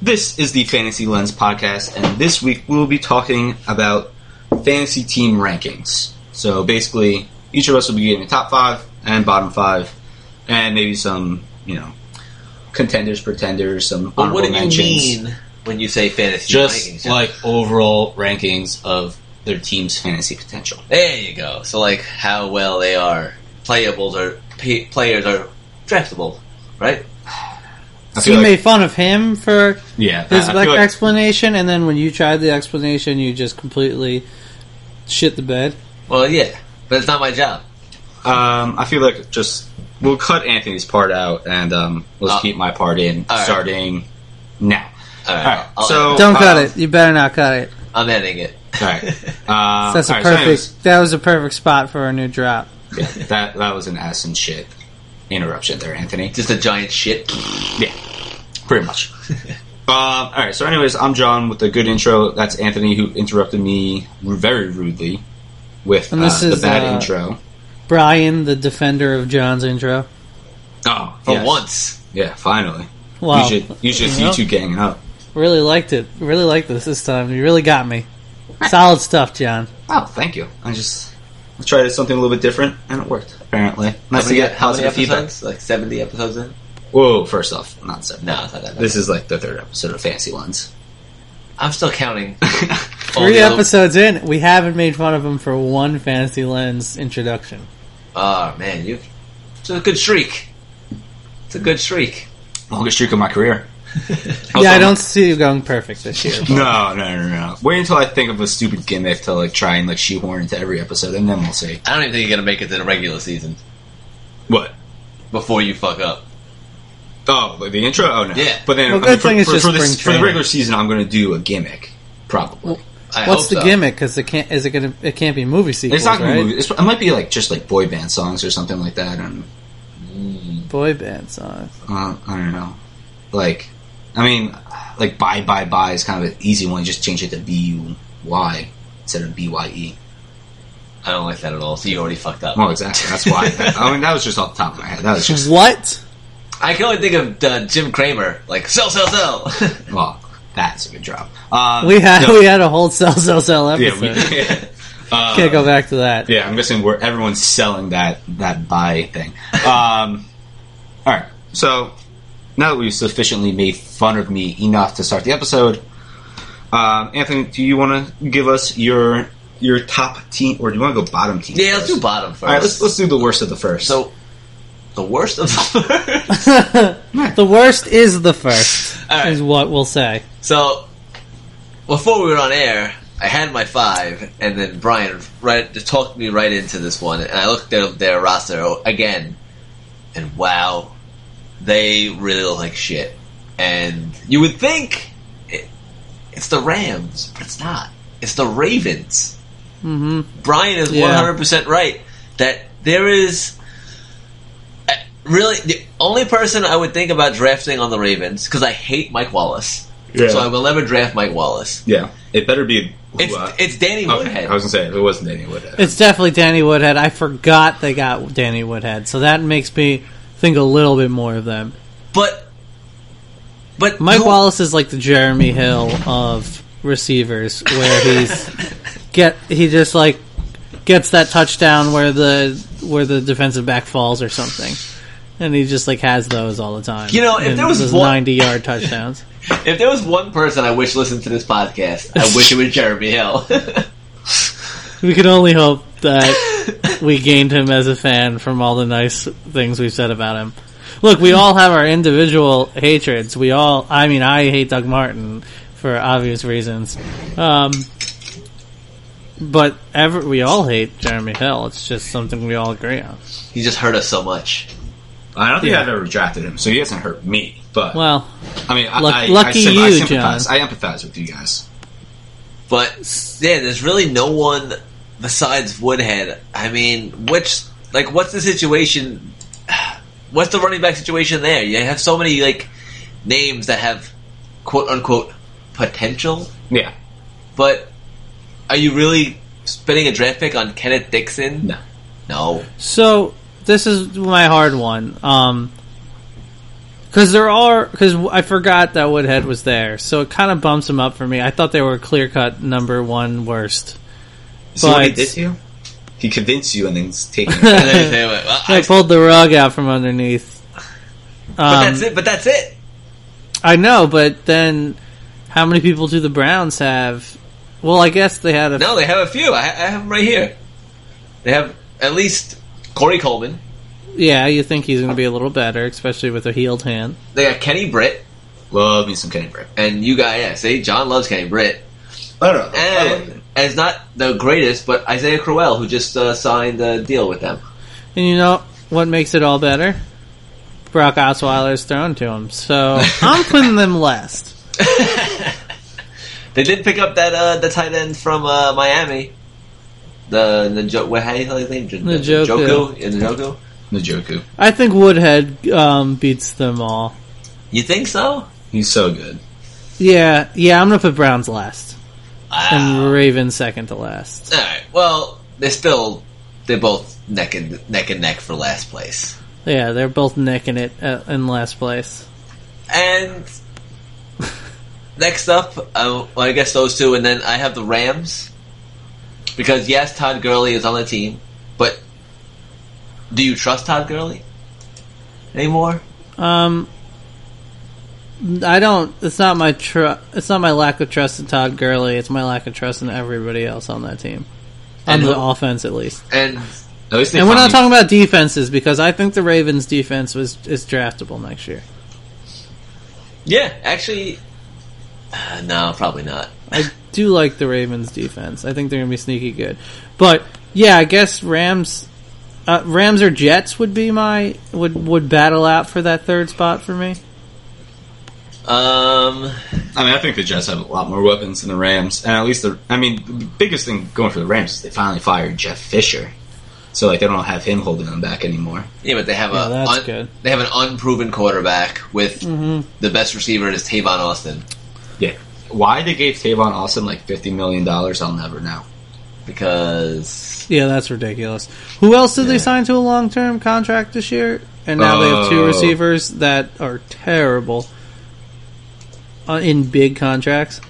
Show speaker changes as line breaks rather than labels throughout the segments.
This is the Fantasy Lens podcast, and this week we'll be talking about fantasy team rankings. So basically, each of us will be getting the top five and bottom five, and maybe some, you know, contenders, pretenders, some
But
honorable
what do you
mentions.
mean when you say fantasy
Just
rankings?
like overall rankings of their team's fantasy potential.
there you go. So like how well they are playables or p- players are draftable, right?
I
So you
feel like,
made fun of him for
yeah, I- I
his
feel
like,
like-
explanation, and then when you tried the explanation, you just completely shit the bed.
Well, yeah, but it's not my job.
Um, I feel like just we'll cut Anthony's part out and um, let's
Uh,
keep my part in
all right.
starting now.
All right,
All right,
I'll- I'll
so-
edit
Don't cut
uh,
it. You better not cut it.
it. I'm editing it.
All right, uh,
That's a
all right, so
perfect.
anyways,
that was a perfect spot for a new drop.
yeah, that that was an ass and shit interruption there, Anthony.
Just a giant shit.
Yeah, pretty much. um, all right, so anyways, I'm John with a good intro. That's Anthony who interrupted me very rudely with
And this
uh,
is,
the bad
uh,
intro.
Brian, the defender of John's intro.
Oh,
For
yes.
once,
Yeah, finally.
Wow,
You should you should
You
see
know?
two ganging up.
really liked it. Really liked this this time. You really got me. Solid stuff, John.
Oh, thank you. I just I tried something a little bit different, and it worked. Apparently,
how
nice to
many,
get
how many
positive feedback.
episodes? Like seventy episodes in?
Whoa! First off, not seven.
No, it's not that. Bad.
This is like the third episode of Fancy Lens.
I'm still counting. all
Three
the other-
episodes in, we haven't made fun of him for one fantasy lens introduction.
Oh man, you. It's a good streak. It's a good streak.
Longest streak of my career.
Yeah, I don't see you going perfect this year.
No, no, no, no. Wait until I think of a stupid gimmick to like try and like shoehorn into every episode, and then we'll see.
I don't even think you're gonna make it to the regular season
What?
before you fuck up.
Oh, like the intro. Oh no.
Yeah.
But then
Well,
I
good
mean, for,
thing it's
for,
just
for, this,
spring
for the
training.
regular season, I'm going to do a gimmick, probably.
I
What's
hope
the
so.
gimmick? Because it can't. Is it gonna? It can't be movie sequels,
it's not going
right?
to be. It's, it might be like just like boy band songs or something like that. And
Mm.
Boy band songs.
uh, I don't know. Like, I mean, like bye bye bye is kind of an easy one. Just change it to B U Y instead of B Y E.
I don't like that at all. So you already fucked up.
Well, exactly. That's why. I mean, that was just off the top of my head. That was just
What?
I can only think of uh, Jim Cramer, like sell, sell, sell.
well. That's a good drop. Um,
We had
no,
we had a whole sell sell sell
yeah,
episode.
we did. Uh,
Can't go back to that.
Yeah, I'm guessing where everyone's selling that that buy thing. Um, all right, so now that we've sufficiently made fun of me enough to start the episode, um, Anthony, do you want to give us your your top team, or do you want to go bottom team?
yeah, let's
first?
do bottom 1st
All right, let's let's do the worst of the first.
so the worst of the first.
the worst is the first.
All right.
Is what we'll say.
So before we were on air, I had my five, and then Brian right talked me right into this one, and I looked at their roster again, and wow, they really look like shit. And you would think it, it's the Rams, but it's not. It's the Ravens.
hmm
Brian is
Yeah.
one hundred percent right that there is uh, really the only person I would think about drafting on the Ravens because I hate Mike Wallace,
Yeah.
so I will never draft Mike Wallace.
yeah, it better be. who,
It's
uh,
it's Danny
okay,
Woodhead.
I was gonna say if it wasn't Danny Woodhead.
It's definitely Danny Woodhead. I forgot they got Danny Woodhead, so that makes me think a little bit more of them.
but but
Mike
who-
Wallace is like the Jeremy Hill of receivers, where he's get he just like gets that touchdown where the where the defensive back falls or something, and he just like has those all the time.
You know, if
And
there was
those
one-
ninety yard touchdowns,
If there was one person I wish listened to this podcast, I wish it was Jeremy Hill.
we could only hope that we gained him as a fan from all the nice things we've said about him. Look, we all have our individual hatreds. We all, I mean, I hate Doug Martin for obvious reasons. Um, but ever, we all hate Jeremy Hill. It's just something we all agree on.
he just hurt us so much.
I don't think
Yeah.
I've ever drafted him, so he hasn't hurt me. But
Well,
I mean, I,
luck-
I,
lucky
I, symp- I
you,
sympathize.
John.
I empathize with you guys.
But yeah, there's really no one besides Woodhead. I mean, which like what's the situation? What's the running back situation there? You have so many like names that have quote unquote potential,
Yeah.
but are you really spending a draft pick on Kenneth Dixon?
No.
No.
so this is my hard one. Um, Because there are, because I forgot that Woodhead was there, so it kind of bumps them up for me. I thought they were clear cut number one worst.
See what he
But-
did to you? He convinced you and then he's taking it.
And then they went, well,
I
I-
pulled the rug out from underneath.
but
Um,
that's it. But that's it.
I know, but then how many people do the Browns have? Well, I guess they had a.
No, they have a few. I, I have them right here. They have at least Corey Coleman.
Yeah, you think he's going to be a little better, especially with a healed hand.
They got Kenny Britt,
Love me some Kenny Britt.
and you got yeah. See, John loves Kenny Britt,
I don't know. I like
and,
it.
and it's not the greatest, but Isaiah Crowell, who just uh, signed a deal with them.
And you know what makes it all better? Brock Osweiler's thrown to him, so I'm putting them last.
They did pick up that uh, the tight end from uh, Miami. The the jo- what how do you his name? J-
Njoku.
Njoku? Yeah, Njoku.
Njoku.
I think Woodhead um, beats them all.
You think so?
He's so good.
Yeah, yeah, I'm gonna put Browns last
Ah.
and Ravens second to last.
All right. Well, they're still they're both neck and neck and neck for last place.
Yeah, they're both nicking it uh, in last place.
And next up, uh, well, I guess those two, and then I have the Rams. Because yes, Todd Gurley is on the team, but do you trust Todd Gurley anymore?
Um, I don't. It's not my tr- It's not my lack of trust in Todd Gurley. It's my lack of trust in everybody else on that team, on
And
the
who-
offense at least.
And
At least they
And we're
finally-
not talking about defenses because I think the Ravens defense was is draftable next year.
yeah, actually, uh, no, probably not.
I do like the Ravens defense. I think they're going to be sneaky good. But yeah, I guess Rams uh, Rams or Jets would be my would would battle out for that third spot for me.
Um,
I mean, I think the Jets have a lot more weapons than the Rams, and at least the. I mean, the biggest thing going for the Rams is they finally fired Jeff Fisher, so like they don't have him holding them back anymore.
yeah, but they have
Yeah,
a
that's
un-
good. Mm-hmm.
they have an unproven quarterback with the best receiver is Tavon Austin
Yeah, why they gave Tavon Austin like fifty million dollars, I'll never know.
because
Yeah, that's ridiculous. Who else did
Yeah.
they sign to a long term contract this year? And now they have two
Oh.
receivers that are terrible uh, in big contracts.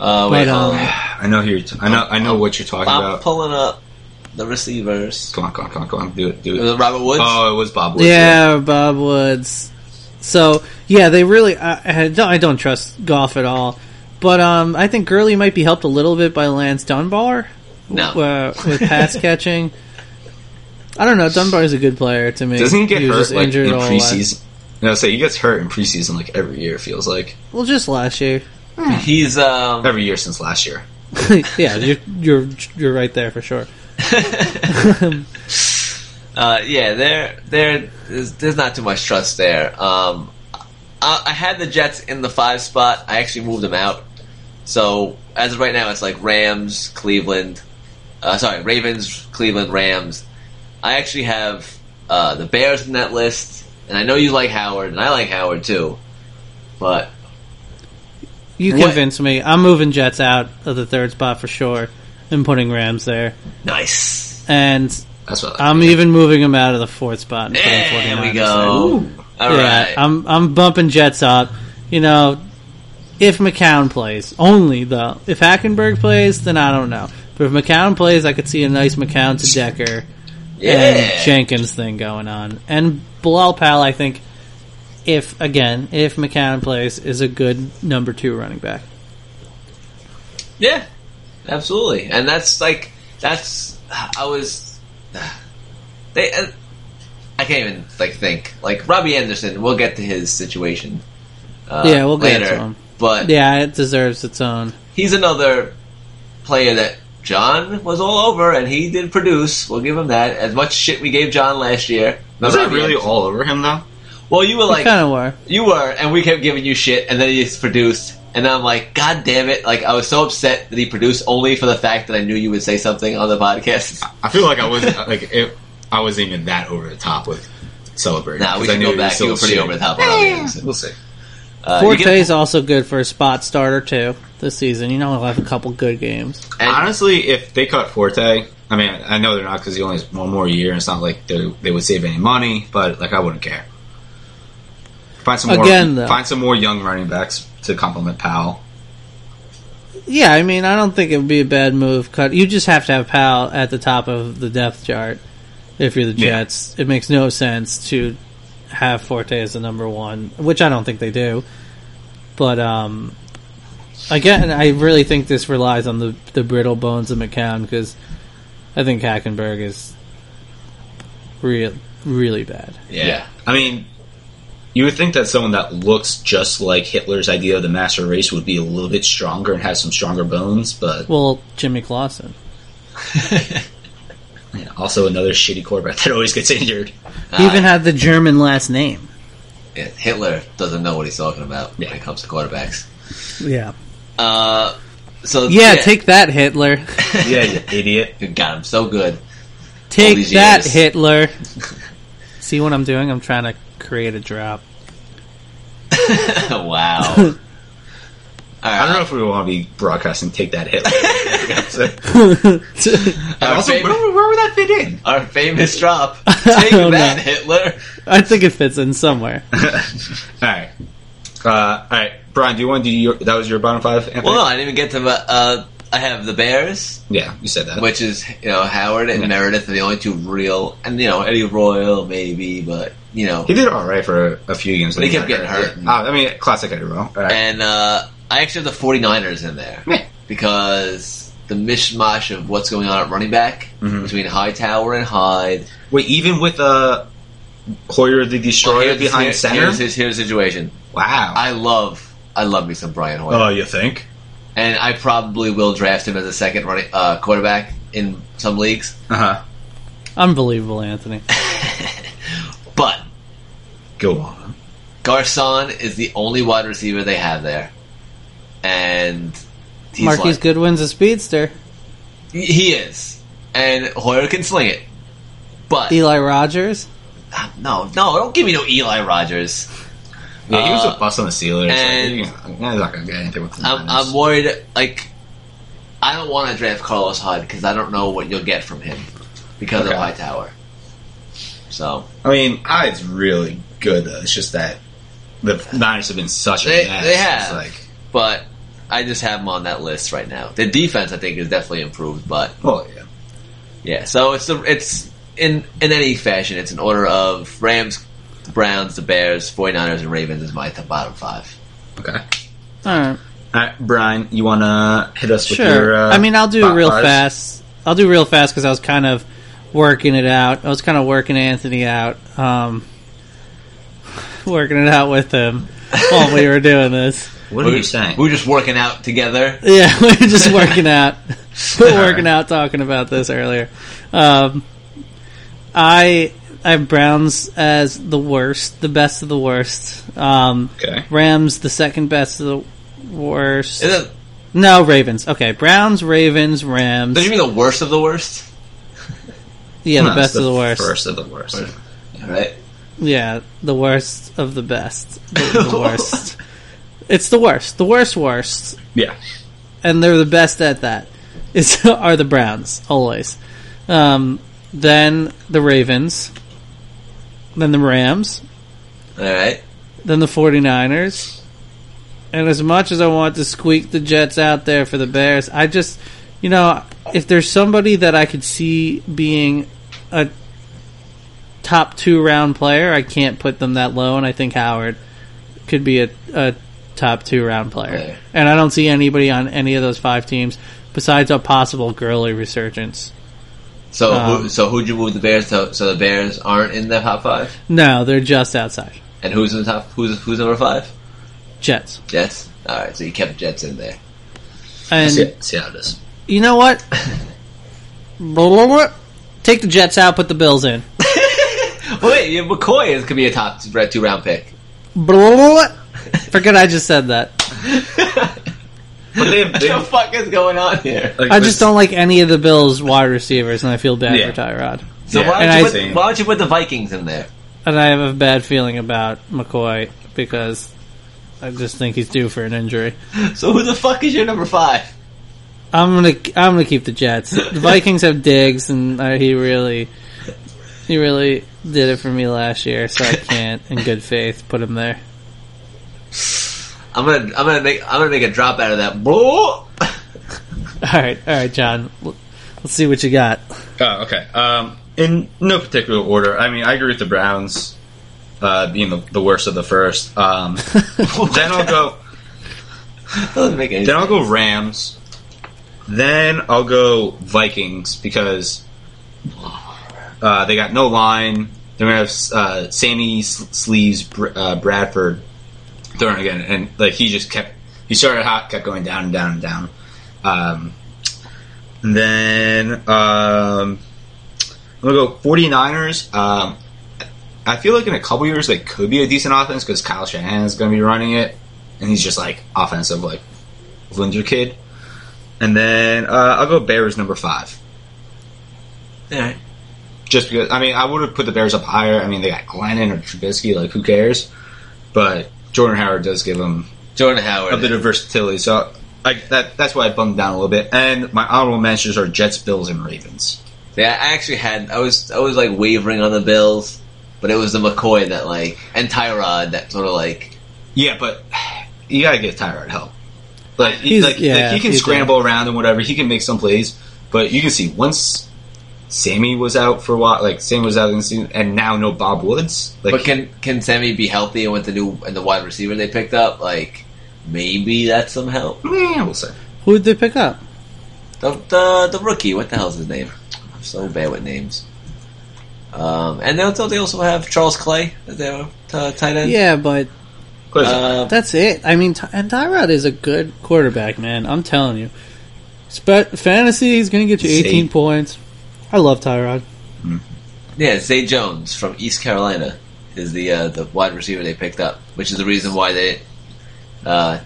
uh, wait,
But,
hold
um,
on.
I know who you're. T- I know. I know what you're talking
I'm
about.
pulling up the receivers.
Come on, come on, come on, come on. Do it, do it.
The Robert Woods.
Oh, it was Bob Wood.
yeah, Bob Woods. So yeah, they really. I, I don't. I don't trust golf at all. But um, I think Gurley might be helped a little bit by Lance Dunbar
no,
uh, with pass catching. I don't know. Dunbar is a good player to me.
Doesn't he get
was
hurt
just
like in
all last,
preseason? No, say he gets hurt in preseason like every year. It feels like
well, just last year.
he's um,
every year since last year.
yeah, you're, you're you're right there for sure.
uh, yeah. There, there. There's, there's not too much trust there. Um, I, I had the Jets in the five spot. I actually moved them out. So as of right now, it's like Rams, Cleveland. Uh, sorry, Ravens, Cleveland, Rams. I actually have uh, the Bears in that list, and I know you like Howard, and I like Howard too. But
You
What-
convinced me. I'm moving Jets out of the third spot for sure, and putting Rams there.
nice.
And
That's what.
I'm even moving them out of the fourth spot. and
There
putting
we
49ers
go. All right.
yeah, I'm I'm bumping Jets up. You know, if McCown plays, only though. If Hackenberg plays, then I don't know. But if McCown plays, I could see a nice McCown to Decker and Jenkins thing going on. And Bilal Powell, I think, if again, if McCown plays, is a good number two running back.
Yeah, absolutely. And that's like that's I was they uh, I can't even like think like Robbie Anderson. We'll get to his situation. Uh,
Yeah, we'll get
later,
to him.
But
Yeah, it deserves its own.
he's another player that John was all over, and he did produce. We'll give him that. As much shit we gave John last year.
was I
Robbie
really
Anderson.
all over him though?
Well, you were like
kind of were.
you were, and we kept giving you shit, and then he just produced, and I'm like, God damn it! Like I was so upset that he produced only for the fact that I knew you would say something on the podcast.
I feel like I wasn't like it, I wasn't even that over the top with celebrating.
Nah,
'cause
we
I
should
knew
go
he was
back. You
still
were pretty
shitty.
over the top. on all the games.
We'll see.
Uh, you
Forte
get-
is also good for a spot starter too this season. You know, he'll have a couple good games.
and-
Honestly, if they cut Forte, I mean, I know they're not because he only has one more year, and it's not like they they would save any money. But like, I wouldn't care. If Find some more,
Again, though.
find some more young running backs to complement Powell.
Yeah, I mean, I don't think it would be a bad move. Cut. You just have to have Powell at the top of the depth chart if you're the
Yeah.
Jets. It makes no sense to have Forte as the number one, which I don't think they do. But um, again, I really think this relies on the the brittle bones of McCown because I think Hackenberg is real really bad.
Yeah.
I mean, you would think that someone that looks just like Hitler's idea of the master race would be a little bit stronger and have some stronger bones, but
Well, Jimmy Clausen.
you know, also another shitty quarterback that always gets injured.
He
Ah,
even had the German last name.
yeah, Hitler doesn't know what he's talking about when it comes to quarterbacks.
Yeah.
Uh, so
Yeah, take that, Hitler.
Yeah, you idiot.
You got him so good.
Take
these
that,
years.
Hitler. See what I'm doing? I'm trying to create a drop.
wow. All
I don't
right.
know if we want to be broadcasting "Take That Hitler." And
Our,
also, where,
fam-
where would that fit in?
our famous drop. Take
don't
that,
know.
Hitler.
I think it fits in somewhere.
All right, uh, all right, Brian. Do you want to do your? That was your bottom five. Anthony?
Well, no, I didn't even get to. my- Uh, I have the Bears,
yeah, you said that.
which is you know Howard and
Yeah.
Meredith are the only two real, and you know Eddie Royal maybe, but you know,
He did all right for a, a few games.
But he kept
Yeah.
getting hurt.
Yeah. Ah, I mean, classic Eddie Rowe. All right.
and uh, I actually have the 49ers in there
Yeah.
because the mishmash of what's going on at running back
Mhm.
between Hightower and Hyde.
Wait, even with uh, Hoyer the Destroyer
here's-
behind
here's-
center.
Here's, here's, here's the situation.
wow.
I love, I love me some Brian Hoyer.
Oh, you think?
and I probably will draft him as a second running uh, quarterback in some leagues.
Uh huh.
Unbelievable, Anthony.
But
Go on.
Garcon is the only wide receiver they have there, and he's
Marquise
like,
Goodwin's a speedster.
He is, and Hoyer can sling it. But
Eli Rogers.
Ah, no, no, don't give me no Eli Rogers.
Yeah, he was
Uh,
a bust on the Steelers.
and-
like, you know, he's not gonna get anything with the
I'm,
Niners.
I'm worried. Like, I don't want to draft Carlos Hyde because I don't know what you'll get from him because
Okay.
of Hightower. So
I mean, Hyde's really good. though. It's just that the Niners have been such a
They-
mess.
they
It's
have.
like,
but I just have him on that list right now. The defense, I think, is definitely improved, but
well, oh, yeah.
yeah. So it's the it's in in any fashion, it's an order of Rams, the Browns, the Bears, 49ers, and Ravens is my th- bottom five.
Okay.
All right,
All right, Brian, you wanna hit us with
sure.
your? Uh,
I mean, I'll do
top
real
fives?
fast. I'll do real fast because I was kind of working it out. I was kind of working Anthony out. Um, working it out with him while we were doing this.
What
We
are
were-
you saying?
We were just working out together.
Yeah, we were just working out. we were working out talking about this earlier. Um, I I have Browns as the worst, the best of the worst. Um,
okay.
Rams the second best of the worst.
Is it,
No, Ravens. Okay, Browns, Ravens, Rams.
don't you mean the worst of the worst?
Yeah,
No,
the
it's
best of the worst.
First of the worst.
All right.
Yeah, the worst of the best. The, the worst. It's the worst. The worst, worst.
Yeah.
and they're the best at that. Is are the Browns always? Um, then the Ravens, then the Rams,
All right.
then the 49ers. And as much as I want to squeak the Jets out there for the Bears, I just, you know, if there's somebody that I could see being a top two round player, I can't put them that low. And I think Howard could be a, a top two round player.
Yeah.
And I don't see anybody on any of those five teams besides a possible girly resurgence.
So, who,
Um,
so who'd you move the Bears? To, so the Bears aren't in the top five,
No, they're just outside.
and who's in the top? Who's who's number five?
Jets.
Jets. All right. So you kept Jets in there.
And
See, see how it is.
You know what? Blah, blah, blah. Take the Jets out, put the Bills in.
Wait, yeah, McCoy is, could be a top two, two round pick.
Blah, blah, blah, blah. Forget I just said that.
But they,
What
they-
the fuck is going on here?
like,
I
but-
just don't like any of the Bills wide receivers, and I feel bad
Yeah.
for Tyrod.
So
Yeah,
why,
and
don't
I-
you put, why don't you put the Vikings in there?
And I have a bad feeling about McCoy because I just think he's due for an injury.
So who the fuck is your number five?
I'm gonna I'm gonna keep the Jets. The Vikings have Diggs, and uh, he really he really did it for me last year, so I can't, in good faith, put him there.
I'm gonna I'm gonna make I'm gonna make a drop out of that. Bro,
All right, all right, John. L- Let's see what you got.
Oh, okay. Um, in no particular order. I mean, I agree with the Browns uh, being the, the worst of the first. Um, then I'll go.
That doesn't make any
Then I'll go Rams. Then I'll go Vikings because uh, they got no line. They're gonna have uh, Sammy S- Sleeves Br- uh, Bradford throwing again, and like he just kept he started hot, kept going down and down and down. Um, and then um, I'm gonna go 49ers. Um, I feel like in a couple years they could be a decent offense because Kyle Shanahan is gonna be running it, and he's just like offensive like Linder kid. And then uh, I'll go Bears number five.
All right.
Just because, I mean, I would have put the Bears up higher. I mean, they got Glennon or Trubisky, like, who cares? But Jordan Howard does give them
Jordan
a
Howard.
bit of versatility. So I, that, that's why I bummed down a little bit. And my honorable mentions are Jets, Bills, and Ravens.
yeah, I actually had I was I was like wavering on the Bills, but it was the McCoy that like and Tyrod that sort of like
Yeah, but you got to give Tyrod help. Like, he,
He's-
like,
yeah,
like, he can
he's
scramble around and whatever. He can make some plays. But you can see once Sammy was out for a while, like, Sammy was out in the season, and now no Bob Woods. Like,
But can can Sammy be healthy with the new and the wide receiver they picked up? Like maybe that's some help.
yeah, we'll see.
Who did they pick up?
The the, the rookie, what the hell's his name? I'm so bad with names. Um, and then they also have Charles Clay as their uh, tight end.
Yeah, but
Close.
Uh,
That's it. I mean, Ty- and Tyrod is a good quarterback, man. I'm telling you. Spe- fantasy, he's going to get you 18
Zay.
points. I love Tyrod.
yeah, Zay Jones from East Carolina is the uh, the wide receiver they picked up, which is the reason why they uh,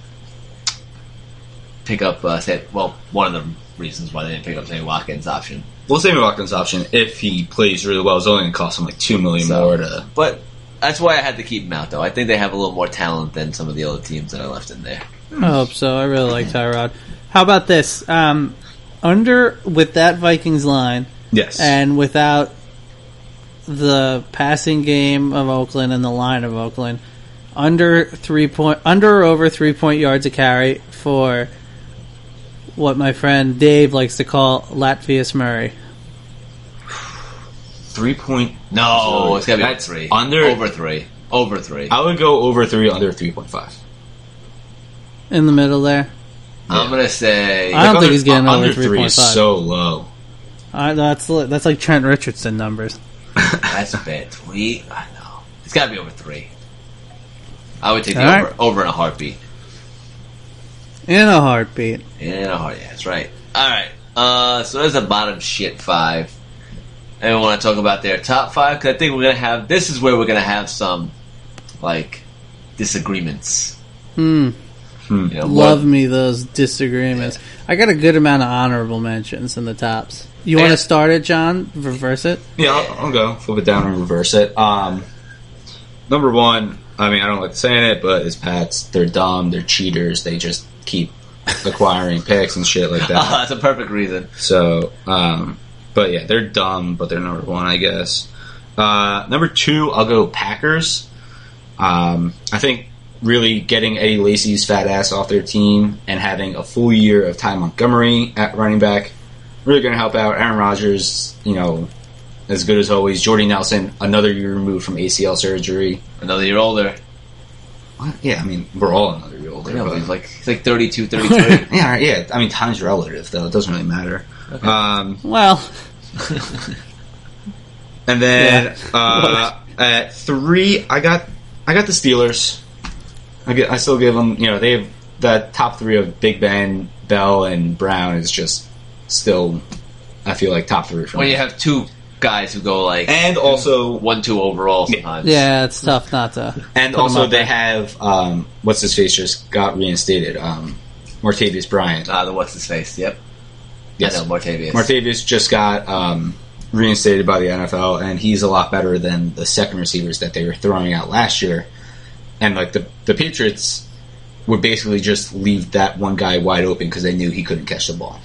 pick up uh, Sam, well one of the reasons why they didn't pick up Sammy Watkins option.
Well, Sammy Watkins' option, if he plays really well, is only going to cost him like two million
So-
more to.
But that's why I had to keep him out, though. I think they have a little more talent than some of the other teams that I left in there.
I hope so. I really like Tyrod. How about this? Um, under with that Vikings line
Yes.
and without the passing game of Oakland and the line of Oakland, under three point, under or over three point yards a carry for what my friend Dave likes to call Latvius Murray.
three point.
No,
So
it's got to be
that's
three.
under- Uh,
over three, over three.
I would go over three, under three point five.
in the middle there.
I'm gonna say
I don't think he's getting over
under three. Is
3.5.
so low.
Uh, that's li- that's like Trent Richardson numbers.
that's bad. Three. I know it's got to be over three. I would take
All
the
right.
over, over in a heartbeat.
In a heartbeat.
In a heart, yeah, that's right. All right. Uh, so there's the bottom shit five. And we want to talk about their top five because I think we're gonna have this is where we're gonna have some like disagreements.
Hmm.
Hmm.
You know,
Love
one-
me those disagreements. I got a good amount of honorable mentions in the tops. You
Yeah.
want to start it, John? Reverse it.
Yeah, I'll, I'll go flip it down and reverse it. Um, number one. I mean, I don't like saying it, but it's Pats. They're dumb. They're cheaters. They just keep acquiring picks and shit like that.
Ah, that's a perfect reason.
So, um, but yeah, they're dumb, but they're number one, I guess. Uh, number two, I'll go Packers. Um, I think really getting Eddie Lacy's fat ass off their team and having a full year of Ty Montgomery at running back really going to help out. Aaron Rodgers, you know, as good as always. Jordy Nelson, another year removed from ACL surgery.
Another year older.
What? Yeah, I mean, we're all another year older.
You know,
but-
he's like he's like 32, 33.
yeah, all right, yeah. I mean, time's relative, though. It doesn't really matter. Um,
Well,
And then uh, at three, I got I got the Steelers. I, get, I still give them. You know, they have that top three of Big Ben, Bell, and Brown is just still. I feel like top three for
when
me.
you have two guys who go like
and also,
one, two overall sometimes.
yeah, it's tough not to.
and
Put 'em
also
up
they
there.
have um, what's his face just got reinstated. Um, Martavius Bryant.
Ah, the what's his face? Yep.
Yes.
I know, Martavius.
Martavius just got um, reinstated by the NFL, and he's a lot better than the second receivers that they were throwing out last year. And like the the Patriots would basically just leave that one guy wide open because they knew he couldn't catch the ball.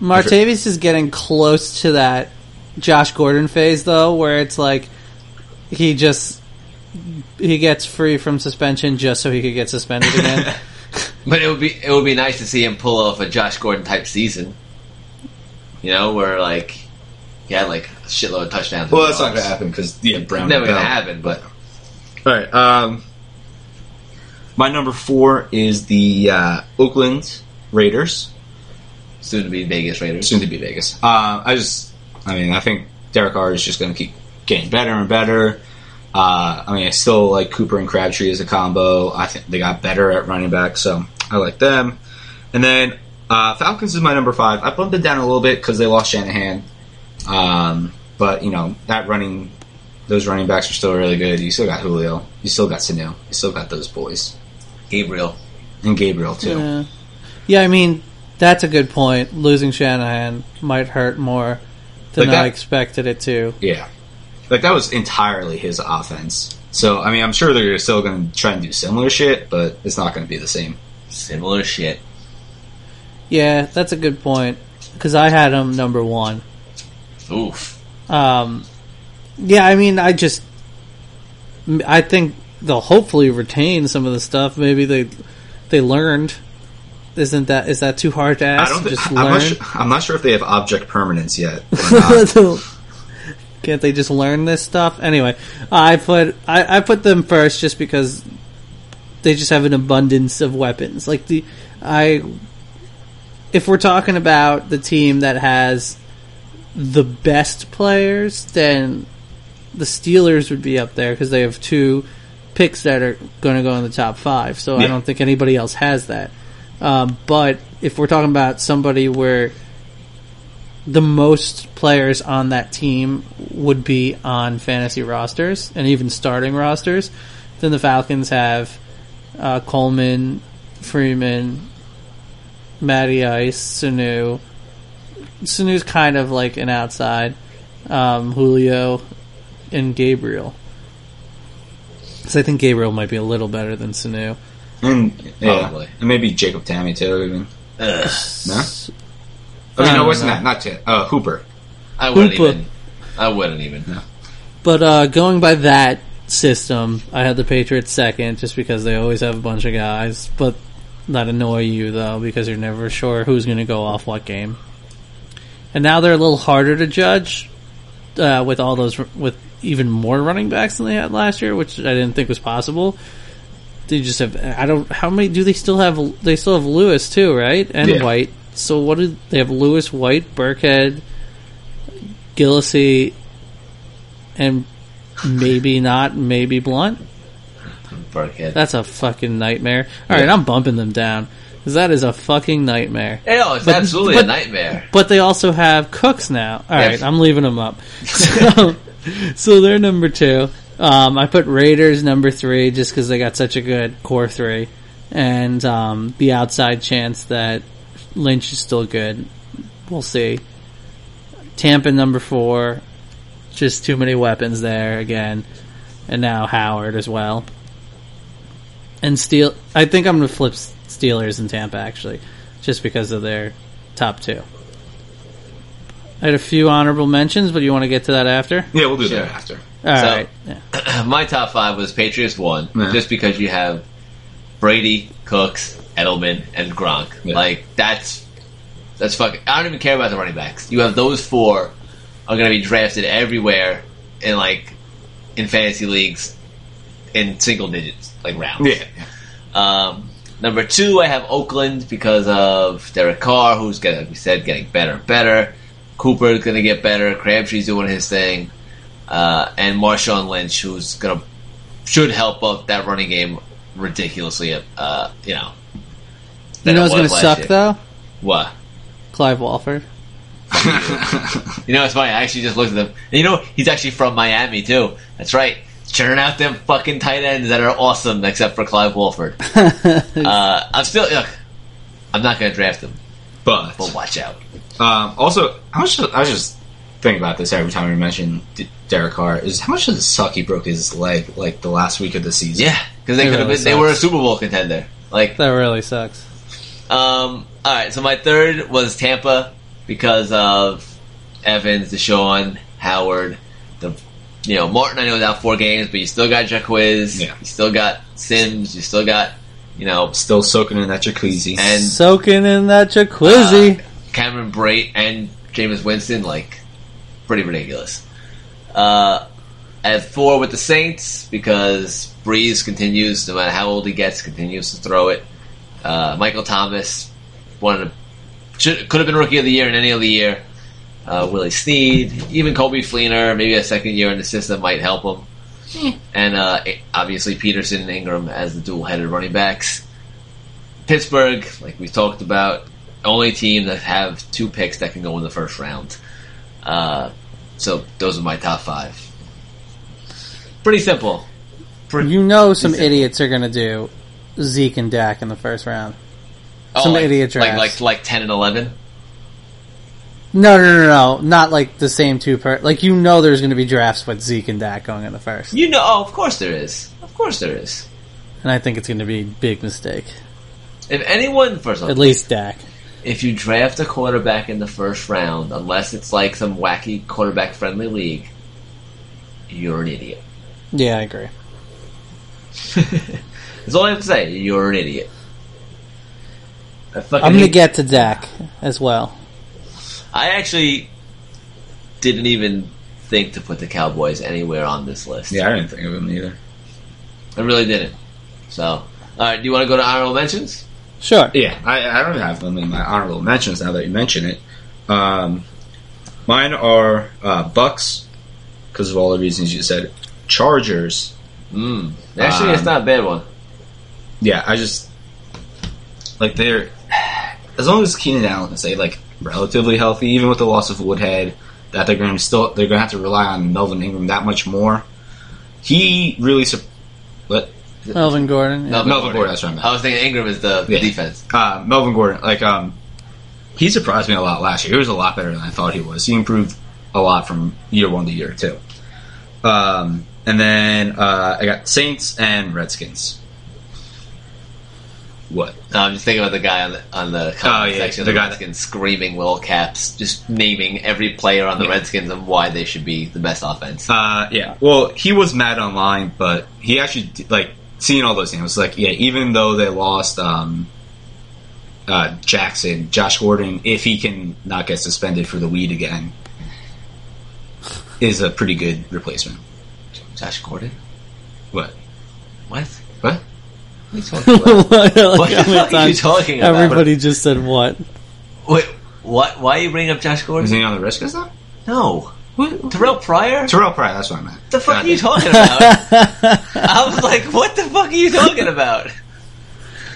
Martavis is getting close to that Josh Gordon phase though, where it's like he just he gets free from suspension just so he could get suspended again.
But it would be it would be nice to see him pull off a Josh Gordon type season. You know, where like he had like a shitload of touchdowns. in
Well,
the
that's not
playoffs.
going to happen because yeah, Brown.
Never gonna
Bell.
happen, but
All right. Um, my number four is the uh, Oakland Raiders,
soon to be Vegas Raiders.
soon to be Vegas. Uh, I just, I mean, I think Derek Carr is just going to keep getting better and better. Uh, I mean, I still like Cooper and Crabtree as a combo. I think they got better at running back, so I like them. And then uh, Falcons is my number five. I bumped it down a little bit because they lost Shanahan. Um, but you know that running, those running backs are still really good. You still got Julio. You still got Sanu. You still got those boys
Gabriel.
and Gabriel too.
Yeah. yeah, I mean, that's a good point. Losing Shanahan might hurt more than
Like
I
that-
expected it to.
Yeah. Like that was entirely his offense. So I mean, I'm sure they're still going to try and do similar shit, but it's not going to be the same.
Similar shit.
Yeah, that's a good point because I had him number one.
Oof.
Um, yeah, I mean, I just, I think they'll hopefully retain some of the stuff. Maybe they, they learned. Isn't that is that too hard to ask?
I don't. Think,
just
I'm,
learn.
not sure, I'm not sure if they have object permanence yet. Or not.
Can't they just learn this stuff? Anyway, I put I, I put them first just because they just have an abundance of weapons. Like the I if we're talking about the team that has the best players, then the Steelers would be up there because they have two picks that are going to go in the top five. So I
Yeah.
don't think anybody else has that. Um, but if we're talking about somebody where the most players on that team would be on fantasy rosters and even starting rosters, then the Falcons have uh, Coleman, Freeman, Matty Ice, Sanu. Sanu's kind of like an outside, um, Julio, and Gabriel. Because I think Gabriel might be a little better than Sanu.
and, yeah.
Probably.
and maybe Jacob Tammy too. Even
Ugh.
no.
I
I mean, no,
don't
it wasn't
know.
that? Not yet. Uh, Hooper.
I wouldn't
Hooper.
even. I wouldn't even.
But uh, going by that system, I had the Patriots second just because they always have a bunch of guys. But that annoy you though because you're never sure who's going to go off what game. And now they're a little harder to judge uh, with all those with even more running backs than they had last year, which I didn't think was possible. They just have I don't how many do they still have? They still have Lewis too, right? And
Yeah.
White. So what do they have? Lewis, White, Burkhead, Gillisy, and maybe not, maybe Blunt.
Burkhead.
That's a fucking nightmare. All right,
Yeah.
I'm bumping them down because that is a fucking nightmare.
Hell, it's
But-
absolutely
but-
a nightmare.
But they also have Cooks now. All
Yes.
right, I'm leaving them up. So, so they're number two. Um, I put Raiders number three just because they got such a good core three, and um, the outside chance that Lynch is still good. We'll see. Tampa number four, just too many weapons there again, and now Howard as well. And Steel, I think I'm gonna flip Steelers and Tampa actually, just because of their top two. I had a few honorable mentions, but you want to get to that after?
Yeah, we'll do
Sure.
that after.
All right.
So-
Yeah.
My top five was Patriots one,
Yeah.
just because you have Brady, Cooks, Edelman, and Gronk.
Yeah.
Like that's that's fucking. I don't even care about the running backs. You have those four are going to be drafted everywhere in like in fantasy leagues in single digits, like rounds.
Yeah.
Um, number two, I have Oakland because of Derek Carr, who's getting, like we said, getting better and better. Cooper's going to get better. Crabtree's doing his thing, uh, and Marshawn Lynch, who's going to should help up that running game ridiculously. Uh, you know,
You know what's going
was
to
last
suck
year.
though?
What?
Clive Walford.
You know, it's funny. I actually just looked at them. And you know, he's actually from Miami too. That's right. Churn out them fucking tight ends that are awesome, except for Clive Wolford. uh, I'm still look. I'm not going to draft him,
But
but watch out.
um, also, how much? I was just thinking about this every time we mention D- Derek Carr. Is how much does it suck he broke his leg like the last week of the season?
Yeah, because they
It
could have
really
been. They
sucks.
were a Super Bowl contender. Like, um,
That really sucks.
all right. Um, So my third was Tampa because of Evans, Deshaun, Howard, the you know Martin. I know is out four games, but you still got Jaquiz.
Yeah.
You still got Sims. You still got You know,
Still soaking in that jacuzzi.
And-
Soaking in that jacuzzi.
Uh, Cameron Brait and Jameis Winston, like, pretty ridiculous. Uh, at four with the Saints, because Breeze continues, no matter how old he gets, continues to throw it. Uh, Michael Thomas, one of the, should, could have been rookie of the year in any other year. Uh, Willie Sneed, even Kobe Fleener, maybe a second year in the system might help him. And uh, obviously Peterson and Ingram as the dual-headed running backs. Pittsburgh, like we talked about, only team that have two picks that can go in the first round. Uh, so those are my top five. Pretty simple. Uh,
you know, some idiots are going to do Zeke and Dak in the first round. Some
Oh, like,
idiot
like
drafts.
like like ten and eleven.
No, no, no, no, no. Not like the same two per. Like you know, there's going to be drafts with Zeke and Dak going in the first,
You know, oh, of course there is. Of course there is.
and I think it's going to be a big mistake.
If anyone, first of all,
At least Dak.
if you draft a quarterback in the first round, unless it's like some wacky quarterback friendly league, you're an idiot.
Yeah, I agree.
That's all I have to say. You're an idiot. I fucking
I'm going
hate-
to get to Dak as well.
I actually didn't even think to put the Cowboys anywhere on this list.
yeah, I didn't think of him either.
I really didn't. So, all right, do you want to go to honorable mentions?
Sure.
Yeah, I, I don't have them in my honorable mentions now that you mention it. Um, mine are uh, Bucks because of all the reasons you said. Chargers.
Mm. Actually, it's
Um,
not a bad one.
Yeah, I just like they're as long as Keenan Allen is say like relatively healthy, even with the loss of Woodhead, that they're going to still they're going to have to rely on Melvin Ingram that much more. He really sup- what
Melvin Gordon. yeah.
Melvin Gordon, that's what I meant.
was thinking Ingram is the the
Yeah.
defense.
uh, Melvin Gordon, like um, he surprised me a lot last year. He was a lot better than I thought he was. He improved a lot from year one to year two. Um, and then uh, I got Saints and Redskins. What?
No, I'm just thinking about the guy on the on the comment
Oh, yeah,
section,
the
the,
guy-
Redskins screaming with all caps, just naming every player on the
Yeah.
Redskins and why they should be the best offense.
Uh, yeah. Well, he was mad online, but he actually d- like seeing all those names. Like, yeah, even though they lost um, uh, Jackson, Josh Gordon, if he can not get suspended for the weed again, is a pretty good replacement.
Josh Gordon,
What?
what?
What?
What are you talking about?
Like, how
What the
many
fuck are you
times
talking about?
Everybody just said what?
Wait, what? Why are you bringing up Josh
Is
Gordon?
he on the Redskins now?
No,
Mm-hmm. What?
Terrell Pryor.
Terrell Pryor, that's what I meant.
the fuck
God
are you
damn.
talking about? I was like, what the fuck are you talking about?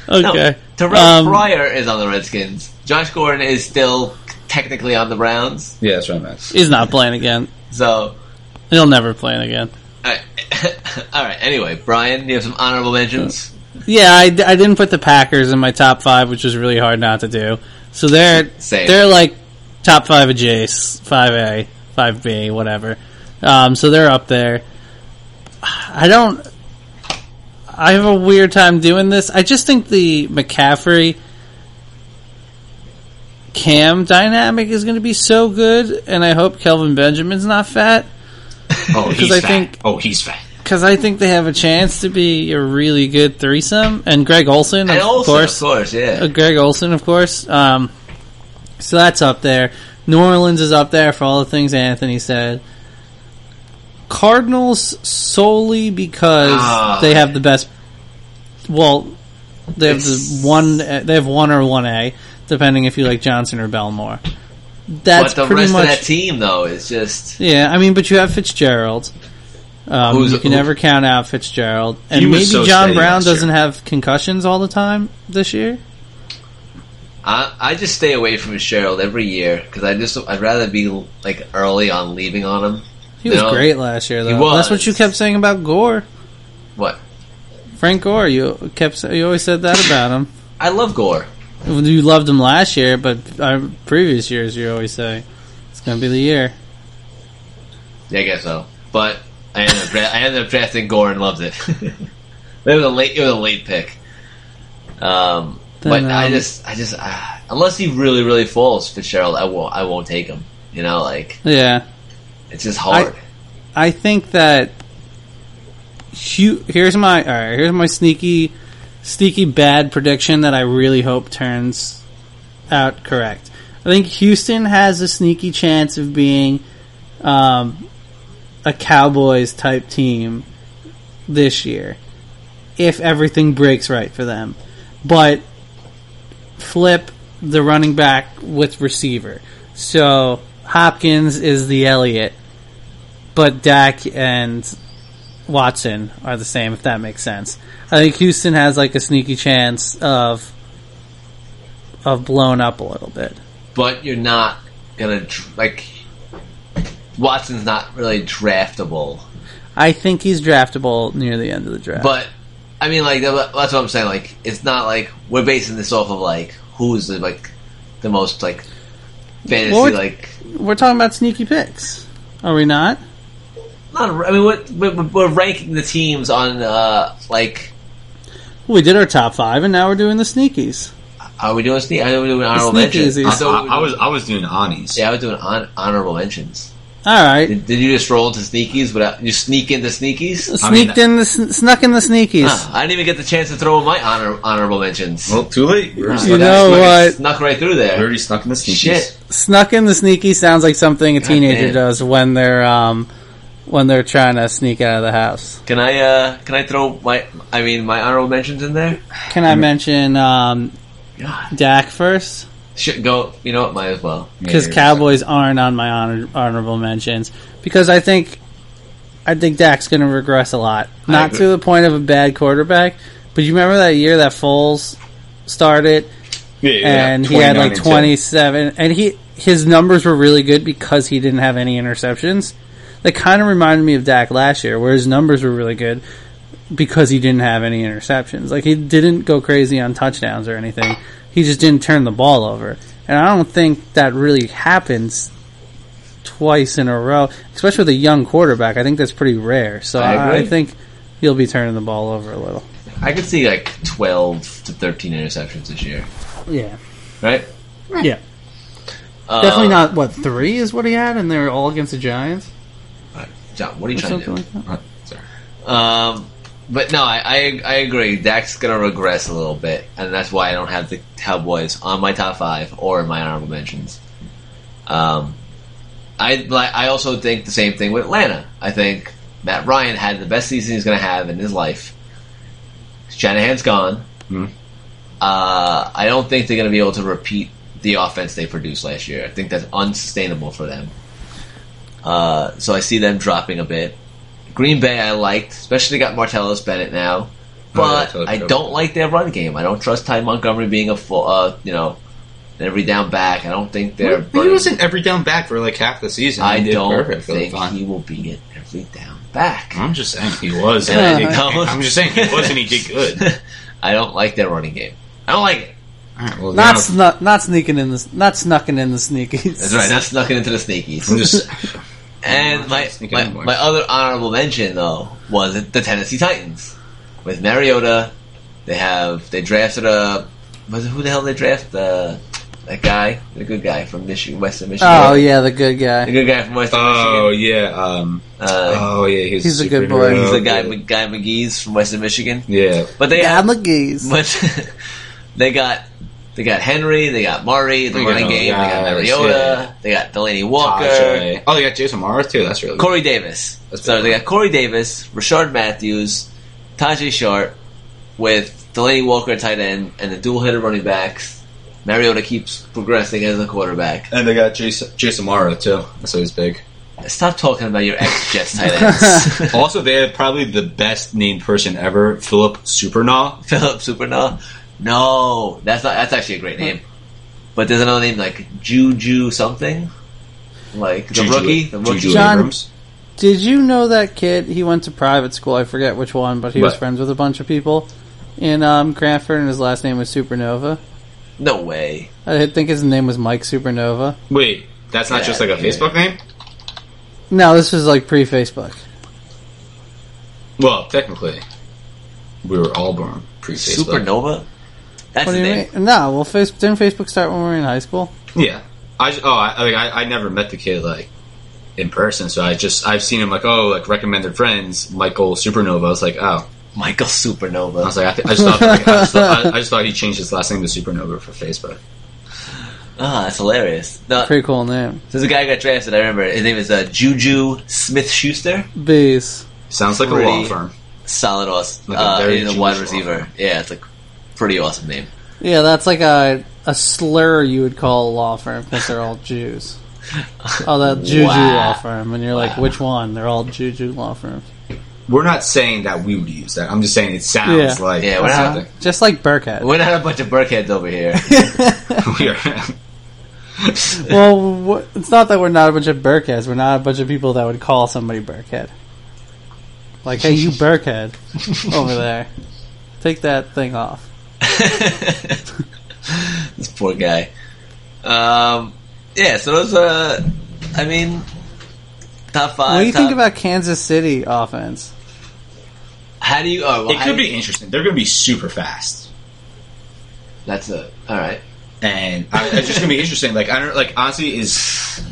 No,
okay.
Terrell
Um,
Pryor is on the Redskins. Josh Gordon is still technically on the Browns.
Yeah, that's what I meant.
He's not playing again.
So,
He'll never play again.
all right. all right. Anyway, Brian, you have some honorable mentions.
Yeah, I, I didn't put the Packers in my top five, which was really hard not to do. So they're
Same.
they're like top five of Jace, five A, five B, whatever. Um, so they're up there. I don't. I have a weird time doing this. I just think the McCaffrey Cam dynamic is going to be so good, and I hope Kelvin Benjamin's not fat
Oh, he's
I
fat.
think-
oh, he's fat.
because I think they have a chance to be a really good threesome. And Greg Olson,
and
of
also,
course,
of course, yeah.
uh, Greg Olson, of course. Um, so that's up there. New Orleans is up there for all the things Anthony said. Cardinals solely because
Ah.
they have the best. Well, they have the
It's-
one. They have one or one A, depending if you like Johnson or Belmore. That's
but the
pretty
rest
much
of that team, though, is just
yeah, I mean, but you have Fitzgerald. Um,
Who's-
you can
who-
never count out Fitzgerald,
He
and maybe
was so
John
steady
Brown
last year.
doesn't have concussions all the time this year.
I, I just stay away from Cheryl every year because I just I'd rather be like early on leaving on him.
He was
No.
great last year, though. That's what
was.
you kept saying about Gore,
What?
Frank Gore. You kept you always said that about him.
I love Gore.
You loved him last year, but uh, previous years you always say it's going to be the year.
Yeah, I guess so. But I ended up, dra- I ended up drafting Gore and loved it. it was a late. It was a late pick. Um, but
Then,
I
um,
just, I just, uh, unless he really, really falls, Fitzgerald, I won't, I won't take him. You know, like
Yeah,
it's just hard.
I think that Hu- here's my all right, here's my sneaky sneaky bad prediction that I really hope turns out correct. I think Houston has a sneaky chance of being um, a Cowboys type team this year if everything breaks right for them. But flip the running back with receiver. So Hopkins is the Elliott, but Dak and Watson are the same, if that makes sense. I think Houston has like a sneaky chance of of blown up a little bit.
but you're not gonna dr- like. Watson's not really draftable,
I think he's draftable near the end of the draft.
but I mean, like that- that's what I'm saying. Like, it's not like we're basing this off of like who's the, like the most like fantasy
Well, it's-
like.
we're talking about sneaky picks, are we not?
Not, I mean, we're, we're, we're ranking the teams on uh like.
We did our top five, and now we're doing the sneakies.
Are we doing sneak? I know we're doing honorable
Sneak
mentions.
I,
easies.
So-
I- I was I was doing Ani's.
Yeah, I was doing hon- honorable mentions.
All right,
Did, did you just roll into sneakies? Without you sneak into sneakies?
I mean-
sneaked in the sn- snuck in the sneakies.
Huh, I didn't even get the chance to throw in my honor- honorable mentions.
Well, too late. We already,
You
snuck,
That
know
fucking
what?
Snuck right through
we
there.
already snuck in the sneakies.
Shit.
Snuck in the sneaky sounds like something a
God
teenager
damn.
does when they're um, when they're trying to sneak out of the house.
Can I uh can I throw my I mean my honorable mentions in there?
Can I mention um,
God.
Dak first?
Shit go you know what, might as well.
Because
Yeah.
Cowboys aren't on my honor- honorable mentions. Because I think I think Dak's going to regress a lot. Not
agree.
to the point of a bad quarterback, but you remember that year that Foles started
Yeah, yeah, yeah.
and he had
29
like
and
27 and he his numbers were really good because he didn't have any interceptions that kind of reminded me of Dak last year where his numbers were really good because he didn't have any interceptions like he didn't go crazy on touchdowns or anything he just didn't turn the ball over and I don't think that really happens twice in a row especially with a young quarterback I think that's pretty rare so
I
I, I
agree.
think he'll be turning the ball over a little
I could see like twelve to thirteen interceptions this year.
yeah
Right?
yeah
Uh,
definitely not what three is what he had and they were all against the Giants
John, what are you
or
trying to do?
something like that.
Right, sorry.
Um, but no, I, I I agree. Dak's gonna regress a little bit, and that's why I don't have the Cowboys on my top five or in my honorable mentions. Um, I like, I also think the same thing with Atlanta. I think Matt Ryan had the best season he's gonna have in his life. Shanahan's gone.
Mhm.
Uh, I don't think they're gonna be able to repeat the offense they produced last year. I think that's unsustainable for them. Uh, so I see them dropping a bit. Green Bay I liked, especially they got Martellus Bennett now. But
Oh, yeah,
I
totally.
don't like their run game. I don't trust Ty Montgomery being a full, uh, you know, an every down back. I don't think they're.
Well, He was in every down back for like half the season.
I
He did
don't
perfect.
think
Fine.
he will be an every down back.
I'm just saying he was.
And I
and he-
Uh-huh.
don't-
I'm just saying he was, and he did good.
I don't like their running game. I don't like it.
All right, well,
Not
now-
snu- not sneaking in the not snucking in the sneakies.
That's right. That's snuck it into the sneakies.
I'm just
And my,
Sneak
my,
anymore.
my other honorable mention though was the Tennessee Titans with Mariota. They have they drafted a was it who the hell they draft uh, that guy the good guy from Michigan Western Michigan
Oh yeah, the good
the
guy.
good guy from Western
Oh
Michigan
yeah. Um,
uh,
oh yeah. He's,
He's a good boy.
superhero.
he's the guy guy McGee's from Western Michigan
Yeah.
but they
Yeah,
have
McGee's.
but they got they got Henry they got Murray the
They got
running
all the
game they got
guys,
Mariota
yeah.
they got Delaney Walker. uh,
Tajay. Oh, they got Jason Morris too. That's really. Cool.
Corey Davis.
That's
so
big.
they got Corey Davis, Rashard Matthews, Tajay Sharp, with Delaney Walker at tight end, and the dual headed running backs. Mariota keeps progressing as a quarterback.
And they got Jason Jason Morrow too. That's always big.
Stop talking about your ex Jets tight ends.
also, they have probably the best named person ever, Philip Supernaw.
Philip Supernaw. No, that's not. That's actually a great name. But there's another name like Juju something, like the
Juju-
rookie, the rookie.
Juju
John-
Abrams.
Did you know that kid? He went to private school. I forget which one, but he was
What?
friends with a bunch of people in um, Cranford, and his last name was Supernova.
No way.
I think his name was Mike Supernova.
Wait, that's not just like a
Yeah.
Facebook name.
No, this was like pre Facebook.
Well, technically, we were all born pre-Facebook.
Supernova. That's
What do
the
you
name.
mean? No, well, face- didn't Facebook start when we were in high school?
Yeah. I ju- oh I like I, I never met the kid like in person, so I just I've seen him like oh like recommended friends Michael Supernova. I was like oh
Michael
I
Supernova.
was like, I, th- I just thought, I, just thought I, I just thought he changed his last name to Supernova for Facebook.
Ah, that's hilarious. No,
Pretty cool name.
there's a guy who got drafted. I remember his name is uh, Juju Smith Schuster.
Bees.
Sounds like a law
Pretty-
firm.
Solid, awesome.
Like a
uh,
very
he's a
Jewish
wide
law
receiver.
firm.
Yeah, it's like pretty awesome name.
Yeah, that's like a a slur you would call a law firm because they're all Jews. Oh, that Juju
Wow.
law firm, and you're like, which one? They're all Juju law firms.
We're not saying that we would use that. I'm just saying it sounds
Yeah.
like
Yeah, we're not-
something.
Just like Burkhead.
We're not a bunch of Burkheads over here.
We are-
well, wha- it's not that we're not a bunch of Burkheads. We're not a bunch of people that would call somebody Burkhead. Like, hey, you Burkhead over there, take that thing off.
this poor guy. Um, yeah, so those are, I mean, top five.
what do you
top-
think about Kansas City offense?
How do you? Oh, well,
it
how
could
do
be
you-
interesting. They're going to be super fast,
That's a all right.
and I, it's just going to be interesting. Like I don't like honestly is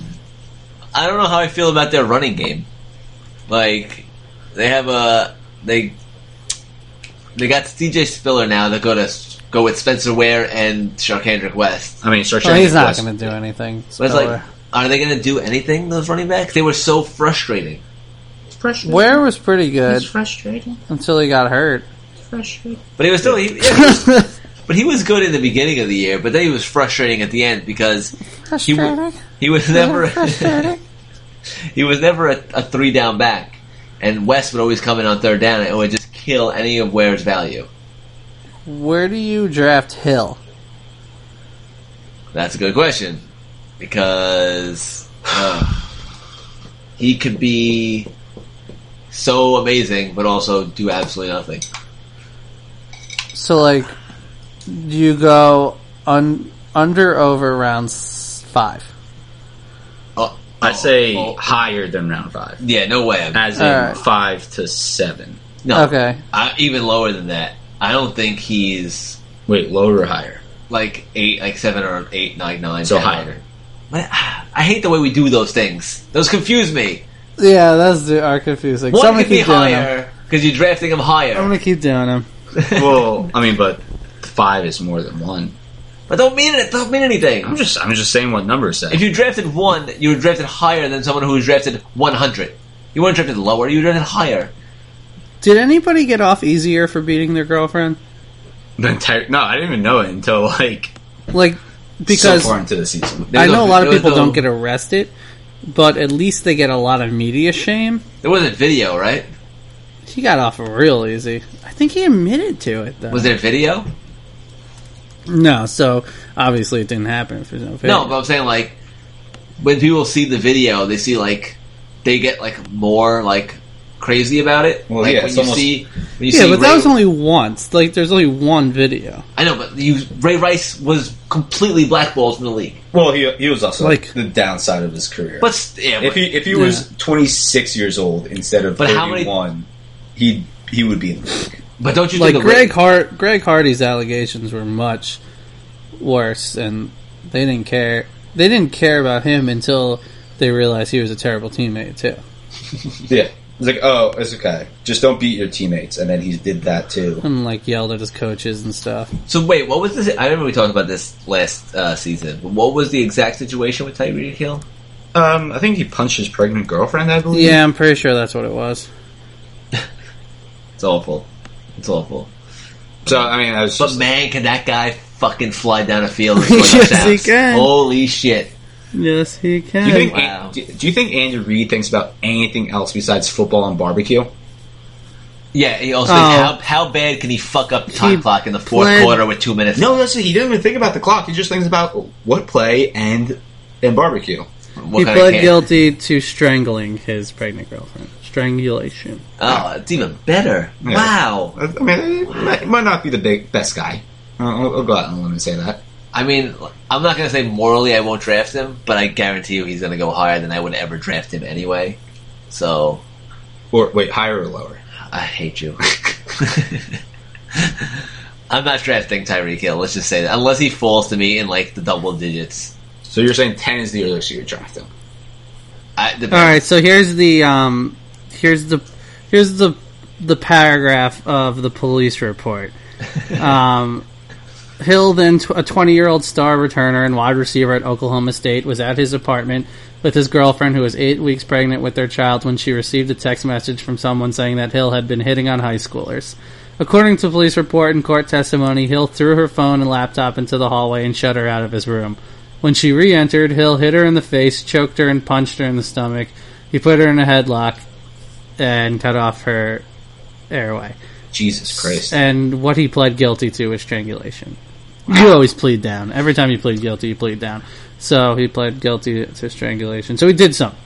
I don't know how I feel about their running game. Like they have a they they got C.J. Spiller now. They go to go with Spencer Ware and Sharkhandrick West.
I mean, Sarkisian
Well, Oh, he's not
was-
going to do anything. uh,
But it's
Spiller.
like, are they going to do anything? Those running backs? They were so frustrating.
Ware was pretty good. until he got hurt.
But he was still he, yeah, he was- but he was good in the beginning of the year. But then he was frustrating at the end because he wa- he was never he was never a, a three down back, and West would always come in on third down and it would just kill any of Ware's value.
Where do you draft Hill?
That's a good question because uh, he could be so amazing, but also do absolutely nothing.
So like, do you go un- under over round s- five?
Oh,
I'd say
oh, oh.
higher than round five,
yeah, no way.
as in
All right.
five to seven.
No,
Okay,
I, even lower than that. I don't think he's
Wait, lower or higher?
like eight, like seven or eight, nine, nine.
So
ten.
higher.
Man, I hate the way we do those things. Those confuse me.
yeah, that's the are confusing.
One
so I'm gonna
could be
keep doing them.
higher because you're drafting him higher,
I'm gonna keep doing them.
well, I mean, but five is more than one.
but don't mean it. Don't mean anything.
I'm just I'm just saying what numbers say.
If you drafted one, you were drafted higher than someone who was drafted 100. You weren't drafted lower. You were drafted higher.
Did anybody get off easier for beating their girlfriend?
The entire- no, I didn't even know it until like
Like
so
because
far into the season.
There
I
was
know
no-
a lot of
there was
people
no-
don't get arrested, but at least they get a lot of media shame.
There wasn't video, right?
He got off real easy. I think he admitted to it though.
Was there video?
No, so obviously it didn't happen if there's no video.
No, but I'm saying like when people see the video, they see like they get like more like crazy about it.
Well,
like,
yeah,
when
it's
you
almost-
see when you
yeah,
see
but that
Ray-
was only once. Like, there's only one video.
I know, but you Ray Rice was completely blackballed from the league.
Well, he he was also
Like-
the downside of his career.
But st- yeah,
if
but,
he if he was 26 years old instead of
But how many-
31, he he would be in the league.
but don't you
Like,
think of
Greg
Ray-
Hart, Greg Hardy's allegations were much worse, and they didn't care. They didn't care about him until they realized he was a terrible teammate too.
Yeah. It's like, oh, it's okay. Just don't beat your teammates. And then he did that too.
And like yelled at his coaches and stuff.
So wait, what was this? I remember we talked about this last uh, season. But what was the exact situation with Tyreek Hill?
Um, I think he punched his pregnant girlfriend. I believe.
Yeah, I'm pretty sure that's what it was.
It's awful. It's awful.
So I mean, I was
But
just,
man, can that guy fucking fly down a field? and score
Yes, he
touchdowns.
can.
Holy shit!
Yes, he
do
can.
you think
Wow.
do do you think Andrew Reid thinks about anything else besides football and barbecue?
Yeah. He also
Oh.
how how bad can he fuck up the time
He
clock in the fourth
played-
quarter with two minutes?
No, that's he doesn't even think about the clock. He just thinks about what play and and barbecue.
What
he
kind of
pled
can-
guilty to strangling his pregnant girlfriend. Strangulation.
Oh, it's even better.
Yeah.
Wow.
I I mean, he might, might not be the big, best guy. I'll, I'll- I'll go out on a limb and say that.
I mean, I'm not gonna say morally I won't draft him, but I guarantee you he's gonna go higher than I would ever draft him anyway. So
Or wait, higher or lower?
I hate you. I'm not drafting Tyreek Hill. Let's just say that unless he falls to me in like the double digits.
So you're saying ten is the earliest you draft him?
I, the,
All right, so here's the um, here's the here's the the paragraph of the police report. Um, Hill, then tw- a 20 year old star returner and wide receiver at Oklahoma State, was at his apartment with his girlfriend, who was eight weeks pregnant with their child, when she received a text message from someone saying that Hill had been hitting on high schoolers. According to police report and court testimony, Hill threw her phone and laptop into the hallway and shut her out of his room. When she re entered, Hill hit her in the face, choked her, and punched her in the stomach. He put her in a headlock and cut off her airway.
Jesus Christ.
And what he pled guilty to was strangulation. You always plead down. Every time you plead guilty, you plead down. So he pled guilty to strangulation. So he did something.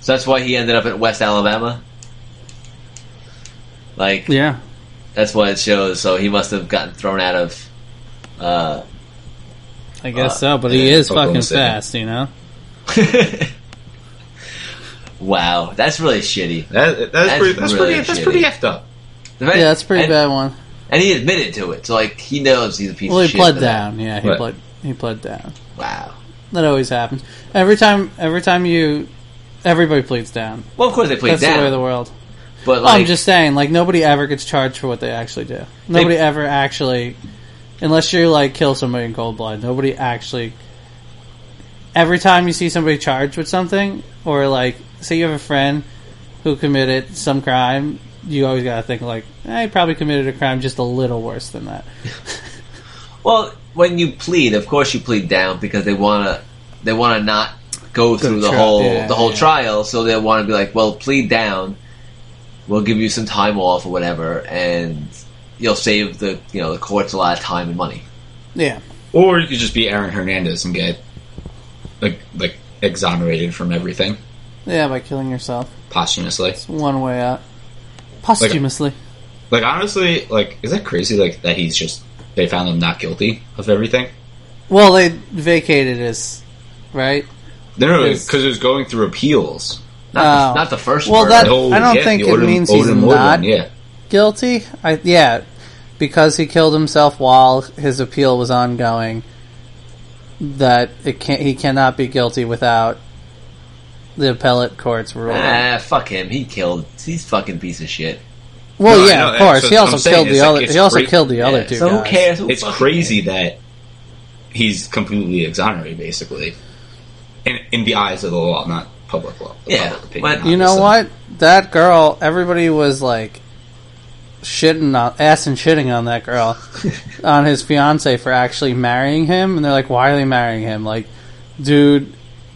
So that's why he ended up at West Alabama. Like
Yeah.
that's why it shows. So he must have gotten thrown out of. Uh,
I guess
Uh,
so, but he
yeah,
is
Oklahoma
fucking
City.
fast, you know?
wow, that's really shitty.
That, that's,
That's
pretty. That's
really
pretty. That's
shitty.
pretty effed up.
Yeah,
Yeah, that's a pretty
and,
bad one.
And he admitted to it, so like he knows he's a piece
Well,
of
he
shit.
pled
for that.
down. Yeah, he
Right.
pled. He pled down.
Wow.
That always happens. Every time, every time you, everybody pleads down.
Well, of course they played
That's the way
down,
of the world.
but
Well,
like
I'm just saying, like nobody ever gets charged for what they actually do. Nobody ever actually, unless you like kill somebody in cold blood. Nobody actually. Every time you see somebody charged with something, or like say you have a friend who committed some crime, you always gotta think like, eh, he probably committed a crime just a little worse than that.
well, when you plead, of course you plead down because they want to they want to not go through the
trial,
whole
yeah,
the whole
yeah.
trial, so they want to be like, well, plead down. We'll give you some time off or whatever, and you'll save the you know the courts a lot of time and money.
Yeah.
Or you could just be Aaron Hernandez and get like like exonerated from everything
Yeah, by killing yourself.
posthumously.
It's one way out. Posthumously.
Like honestly, like is that crazy? Like that he's just they found him not guilty of everything.
well, they vacated his, right?
No, no,
Yes.
because it was going through appeals.
Not,
Oh.
the, not the first.
Well,
murder.
that-
No,
Uh, I don't
yeah,
think
the
it
Odom-
means he's
Odom
not-
Odom, Yeah,
Guilty? I, yeah, because he killed himself while his appeal was ongoing. That it can't, he cannot be guilty without the appellate court's ruling.
Ah, fuck him. He killed. He's fucking piece of shit.
well,
No, I
yeah,
know
of
that.
course.
So
he also
I'm saying
killed the
it's like-
other.
it's
he also
great-
killed the other
Yeah,
two
so
guys.
who cares? Who
it's
fucking
crazy that he's completely exonerated, basically, in in the eyes of the law, not public law. the
Yeah,
public
but-
You
obviously.
know what? That girl, everybody was like shitting on ass and shitting on that girl on his fiance for actually marrying him and they're like why are they marrying him like dude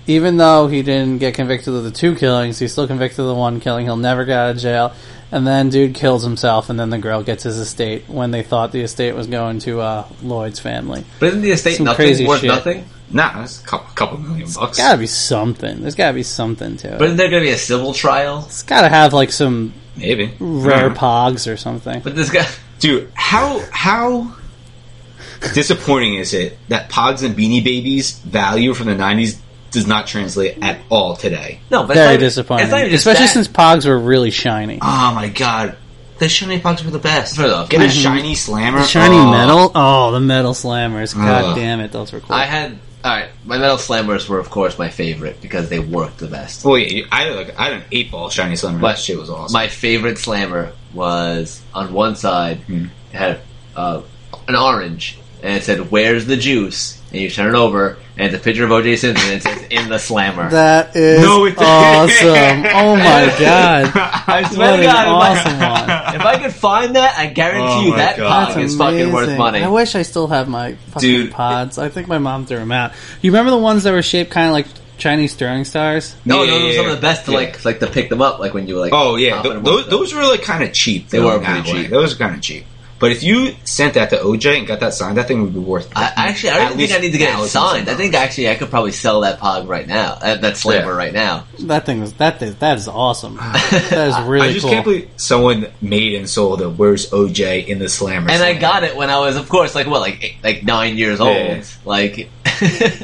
even though he didn't get convicted of the two killings he's still convicted of the one killing he'll never get out of jail and then dude kills himself and then the girl gets his estate when they thought the estate was going to uh, lloyd's family
But isn't the estate
Some
nothing
crazy
worth
shit.
nothing?
Nah, it's a couple, couple million bucks.
gotta be something there's gotta be something to it
But isn't there going to be a civil trial?
it's gotta have like some
Maybe
rare
Mm.
pogs or something
But this guy,
Dude, how how disappointing is it that Pogs and Beanie Babies value from the '90s does not translate at all today?
no, but it's not
Very
even-
disappointing,
It's not even just
especially
that.
since Pogs were really shiny.
Oh my god, the shiny Pogs were the best.
Fair enough.
Get a
Mhm.
shiny slammer,
Shiny
Oh.
metal, oh the metal slammers! God
Ugh.
damn it, those were cool.
I had all right. My metal slammers were, of course, my favorite because they worked the best.
Well, yeah, you- I had like I had an eight ball shiny slammer.
But
that shit was awesome.
My favorite slammer was on one side
Hmm.
it had uh, an orange and it said "Where's the juice?" and you turn it over and it's a picture of OJ Simpson and it says "In the slammer."
that is
No, it-
awesome! Oh my god,
I swear
what
to
an
God,
awesome one!
if I could find that, I
Oh
guarantee you
my
that
God.
pog is fucking worth money.
I wish I still have my fucking
Dude.
pods. I think my mom threw them out. You remember the ones that were shaped kind of like Chinese throwing stars?
No,
Yeah,
those were
yeah,
some of
yeah.
the best to
Yeah.
like like to pick them up, like when you were like.
Oh yeah,
popping
Th-
them
those,
up.
those were like kind of cheap.
They were
going that
pretty
way.
cheap.
Those were kind of cheap. But if you sent that to OJ and got that signed, that thing would be worth.
I, actually, I
at
don't think
least
I need to get it
thousands
signed. I
of
think
dollars.
actually I could probably sell that pog right now. uh, That, that slammer
Yeah.
right now.
That thing was that is that is awesome. That is really
I just
cool.
can't believe someone made and sold a "Where's OJ" in the slammer.
And I
slam.
got it when I was, of course, like what, like eight, like nine years old.
Yeah.
Like, uh,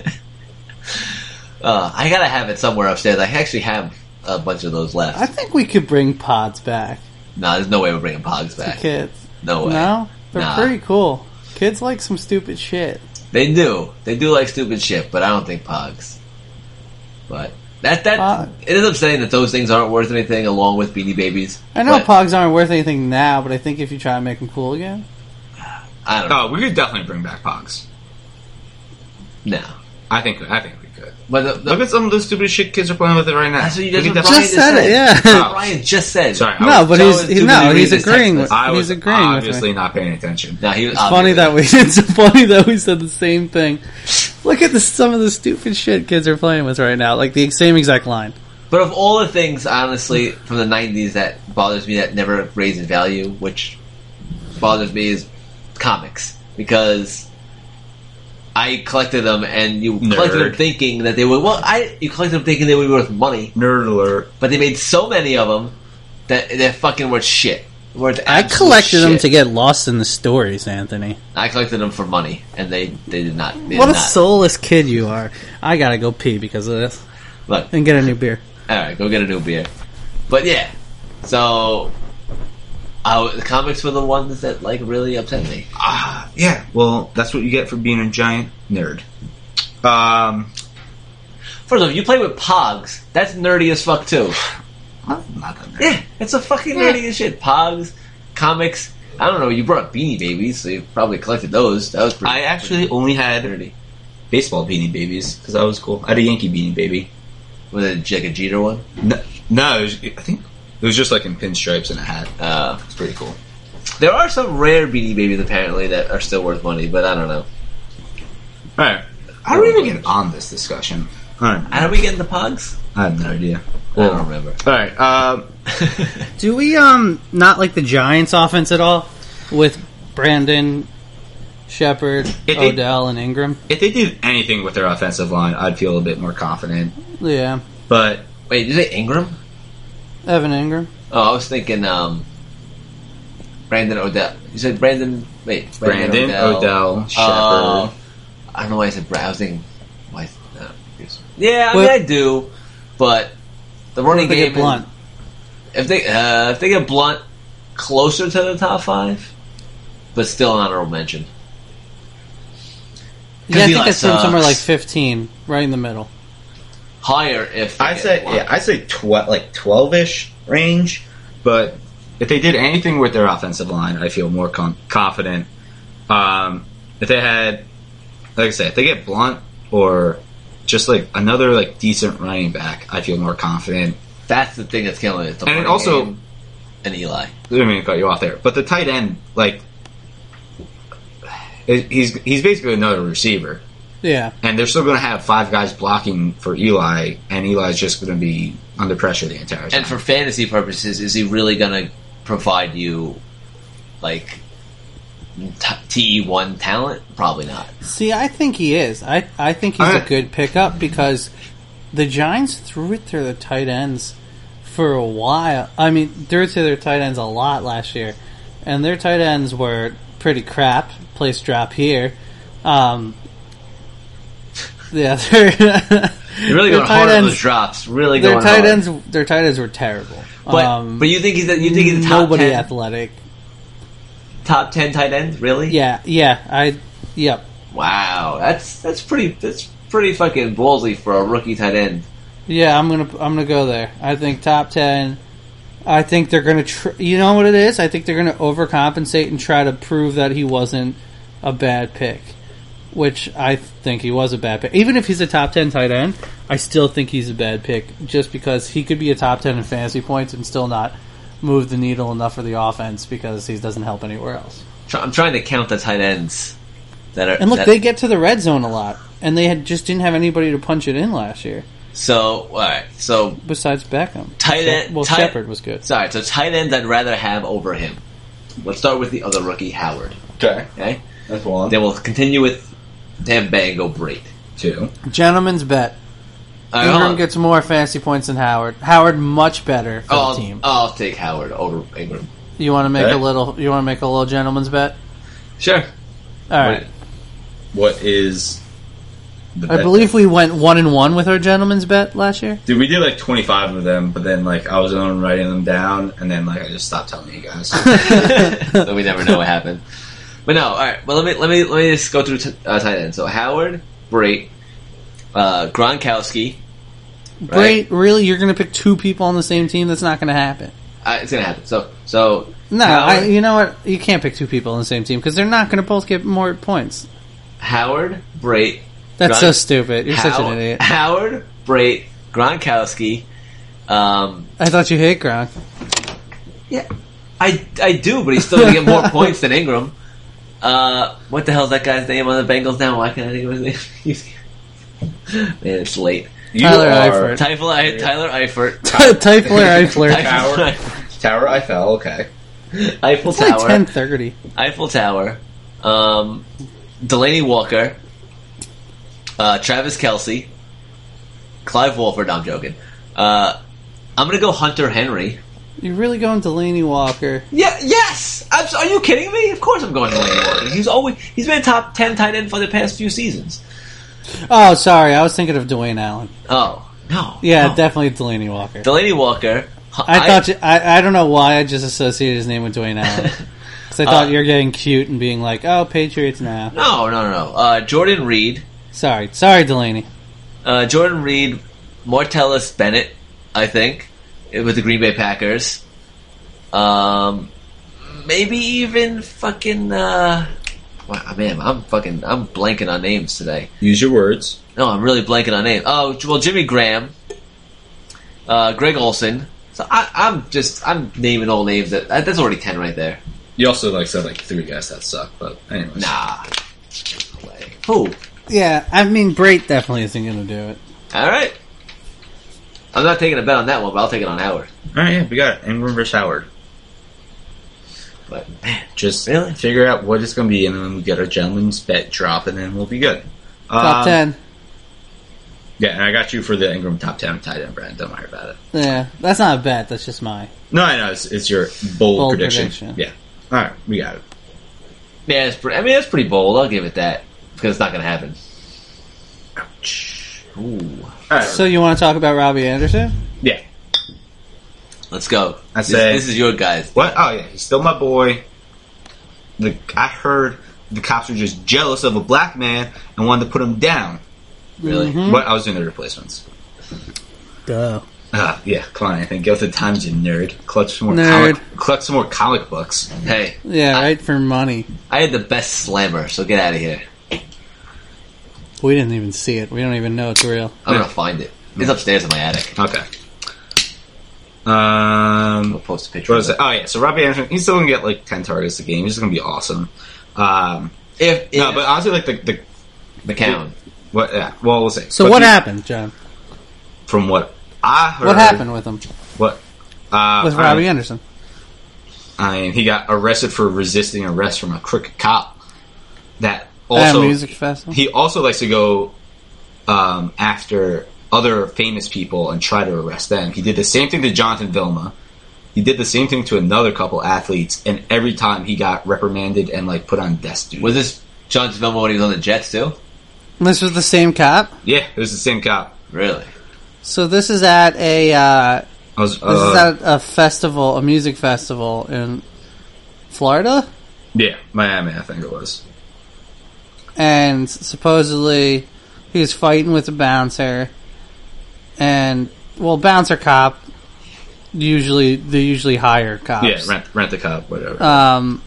I gotta have it somewhere upstairs. I actually have a bunch of those left.
I think we could bring pods back.
no, there's no way we're bringing pogs
to
back.
kids.
No way.
No, they're
Nah.
pretty cool. Kids like some stupid shit.
They do. They do like stupid shit, but I don't think pogs. But That that
Uh,
it is upsetting that those things aren't worth anything along with Beanie Babies.
I know
but
Pogs aren't worth anything now, but I think if you try to make them cool again,
I don't know.
Oh, we could definitely bring back Pogs.
No,
I think I think we could.
but the, the,
Look at some of the stupid shit kids are playing with it right now.
that's what you
Look
that's
at
what
that fucking-
Brian just
Just said it, yeah.
What Brian just said.
Sorry, I
no,
was,
but
Joe
he's
is
he,
too
no,
busy reading his
he's agreeing
text
with
I
he's
was
agreeing with
obviously
me.
not paying attention.
No, he was
It's funny that we it's so funny that we said the same thing. Look at the, some of the stupid shit kids are playing with right now, like the same exact line.
But of all the things, honestly, from the '90s that bothers me that never raised in value, which bothers me is comics because I collected them and you collected them
Nerd.
thinking that they would. Well, I you collected them thinking they would be worth money,
Nerd alert.
but they made so many of them that they're fucking worth shit. Worth
I
absolute
collected them
shit.
to get lost in the stories, Anthony.
I collected them for money, and they they did not. They
What a
did not.
soulless kid you are! I gotta go pee because of this
Look,
and get a new beer.
All right, go get a new beer. But yeah, so I, the comics were the ones that like really upset me.
Ah, yeah. Well, that's what you get for being a giant nerd. Um,
First of all, you play with Pogs. That's nerdy as fuck too.
well, not that nerd.
Yeah, it's a fucking nerdy as shit. Pogs, comics. I don't know. You brought Beanie Babies, so you probably collected those. That was pretty.
I actually only had
pretty nerdy.
baseball beanie babies because that was cool. I had a Yankee beanie baby.
Was it like a Jeter one?
No, no it was, I think it was just like in pinstripes and a hat.
Uh,
It's pretty cool.
there are some rare Beanie Babies apparently that are still worth money, but I don't know.
All right. How do we even get on this discussion? All right.
How do we get into Pogs?
I have no idea.
I don't remember.
All right. Um,
Do we um not like the Giants' offense at all with Brandon, Shepard,
It- it-
Odell, and Ingram?
if they did anything with their offensive line, I'd feel a bit more confident.
Yeah,
But
Wait, did you say Ingram?
Evan Ingram.
Oh, I was thinking um, Brandon Odell. You said Brandon. Wait,
Brandon, Odell, Um, Shepard.
Uh, I don't know why I said Brad. I was thinking. Why? No, yeah, I
Well-
mean I do, but the running
They
game.
get blunt.
If they uh, if they get blunt, closer to the top five, but still an honorable mention.
Yeah, I think
Eli
it's from
sucks.
somewhere like 15, right in the middle.
Higher if they
I'd
get
say
blunt.
yeah, I'd say twelve, like twelve ish range. But if they did anything with their offensive line, I feel more con- confident. Um, if they had, like I said, if they get Blunt or just like another like decent running back, I feel more confident.
That's the thing that's killing it. The
And it
running
also-
game and Eli.
I didn't mean to cut you off there, but the tight end, like, it- he's he's basically another receiver,
Yeah,
and they're still going to have five guys blocking for Eli, and Eli's just going to be under pressure the entire time.
And for fantasy purposes, is he really going to provide you like t- TE1 talent? Probably not.
See, I think he is. I I think he's
Alright.
a good pickup because the Giants threw it to their tight ends for a while. I mean, threw it to their tight ends a lot last year, and their tight ends were pretty crap. Place drop here. Um, yeah, their,
You're really
their
going hard
tight
on those
ends.
drops. Really
Their
going
tight
hard.
ends. Their tight ends were terrible.
But
um,
but you think he's a, you think he's a top
nobody
ten
athletic.
top ten tight end? Really?
Yeah, yeah. I yep.
Wow. That's that's pretty that's pretty fucking ballsy for a rookie tight end.
Yeah, I'm gonna I'm gonna go there. I think top ten. I think they're gonna. Tr- you know what it is? I think they're gonna overcompensate and try to prove that he wasn't a bad pick, which I think he was a bad pick. Even if he's a top ten tight end, I still think he's a bad pick just because he could be a top ten in fantasy points and still not move the needle enough for the offense because he doesn't help anywhere else.
Try- I'm trying to count the tight ends that are.
And look,
that-
they get to the red zone a lot, and they had just didn't have anybody to punch it in last year
so all right. So
besides Beckham.
Tight end-
well,
tight-
Shepard was good.
sorry. So tight ends I'd rather have over him. Let's start with the other rookie, Howard.
okay,
Okay.
that's one,
Then we'll continue with Tampa Bay and go break.
two.
Gentleman's bet.
All right, hold
Ingram
on.
gets more fantasy points than Howard. Howard much better for
oh, I'll-
the team.
I'll take Howard over Ingram.
you want to make
Okay.
a little? You want to make a little gentleman's bet?
Sure.
All right.
What is the
I believe we went one and one with our gentleman's bet last year.
Dude, we did like 25 of them, but then like I was the one writing them down, and then like I just stopped telling you guys.
so we never know what happened. But no, all right. Well, let me let me let me just go through t- uh, tight end. So Howard, Brait, uh, Gronkowski,
Great, really? You're going to pick two people on the same team? That's not going to happen.
Uh, it's gonna happen. So, so
No,
Howard,
I, you know what? You can't pick two people on the same team because they're not going to both get more points.
Howard, Brait,
That's
Gron-
so stupid. You're such
How-
an idiot.
Howard, Brait, Gronkowski. Um,
I thought you hate Gronk.
yeah, I I do, but he's still gonna get more points than Ingram. Uh, what the hell's that guy's name on the Bengals now? Why can't I think of his name? He's- Man, it's late.
You
Tyler
are
Eifert.
Tyler, I- Tyler Eifert.
Tyfler Eifler.
Howard.
Tyler
Tower Eiffel. Okay.
Eifert. Eiffel
It's like
Tower.
10.30.
Eiffel Tower, um, Delaney Walker, uh, Travis Kelsey, Clive Wolford. No, I'm joking. Uh, I'm gonna go Hunter Henry.
You're really going Delaney Walker.
Yeah, yes. I'm, so- are you kidding me? Of course I'm going Delaney Walker. He's always he's been a top ten tight end for the past few seasons.
Oh, sorry. I was thinking of Dwayne Allen.
Oh no.
Yeah,
no.
definitely Delaney Walker.
Delaney Walker. Hu-
I, thought you, I, I don't know why I just associated his name with Dwayne Allen. Because I thought
Uh,
you were getting cute and being like, oh, Patriots now.
No, no, no, no. Uh, Jordan Reed.
Sorry. Sorry, Delaney.
Uh, Jordan Reed, Martellus Bennett, I think, eh, with the Green Bay Packers. Um, maybe even fucking. Uh, wow, man, I'm fucking. I'm blanking on names today.
Use your words.
No, I'm really blanking on names. Oh, well, Jimmy Graham, uh, Greg Olson. So I, I'm just I'm naming all names. That that's already ten right there.
You also like said like three guys that suck, but anyways.
Nah. Who?
Yeah, I mean, Brait definitely isn't going to do it.
All right. I'm not taking a bet on that one, but I'll take it on Howard.
All right, yeah, we got it. Ingram versus Howard.
But man,
Just
Really?
figure out what it's going to be, and then we get our gentleman's bet drop, and then we'll be good.
Top
Um,
10.
Yeah, and I got you for the Ingram top ten tight end, Brand. Don't worry about it.
Yeah, that's not a bet. That's just my.
No, I know it's, it's your bold,
Bold
prediction.
prediction.
Yeah. All right, we got it.
Yeah, it's pre- I mean, that's pretty bold. I'll give it that because it's not going to happen.
Ouch.
Ooh,
All right.
So you want to talk about Robbie Anderson?
yeah.
let's go.
I
this,
say-
this is your guys.
What? Oh yeah, he's still my boy. The I heard the cops were just jealous of a black man and wanted to put him down.
Really?
Mm-hmm. Hmm?
But I was doing the replacements.
Duh.
Ah, yeah, Klein. I think go with the times, you nerd. Clutch some more
Nerd.
comic. Clutch some more comic books.
Hey,
Yeah, right for money.
I had the best slammer, so get out of here.
We didn't even see it. We don't even know it's real.
I'm
Yeah.
gonna find it. It's upstairs in my attic.
Okay.
I'll
Um,
post a picture.
what
Of
was it?
it.
Oh yeah, so Robbie Anderson. He's still gonna get like ten targets a game. He's gonna be awesome. Um,
If, if
no, but honestly, like the the
McCown,
what? Yeah, well, we'll see.
So
But
what
he-
happened, John?
From what I heard,
What happened with him? With
What? Uh, I
Robbie
mean-
Anderson?
I mean, he got arrested for resisting arrest from a crooked cop. That
At
also
a music festival?
he also likes to go um, after other famous people and try to arrest them. He did the same thing to Jonathan Vilma. He did the same thing to another couple athletes, and every time he got reprimanded and like put on desk duty.
was this John Tavelmo when he was on the Jets too?
this was the same cop.
yeah, it was the same cop.
Really?
So this is at a uh,
I was.
this
uh,
is at a festival, a music festival in Florida,
yeah, Miami, I think it was.
and supposedly he was fighting with a bouncer, and well, bouncer cop. Usually, they usually hire cops.
Yeah, rent rent the cop, whatever.
um,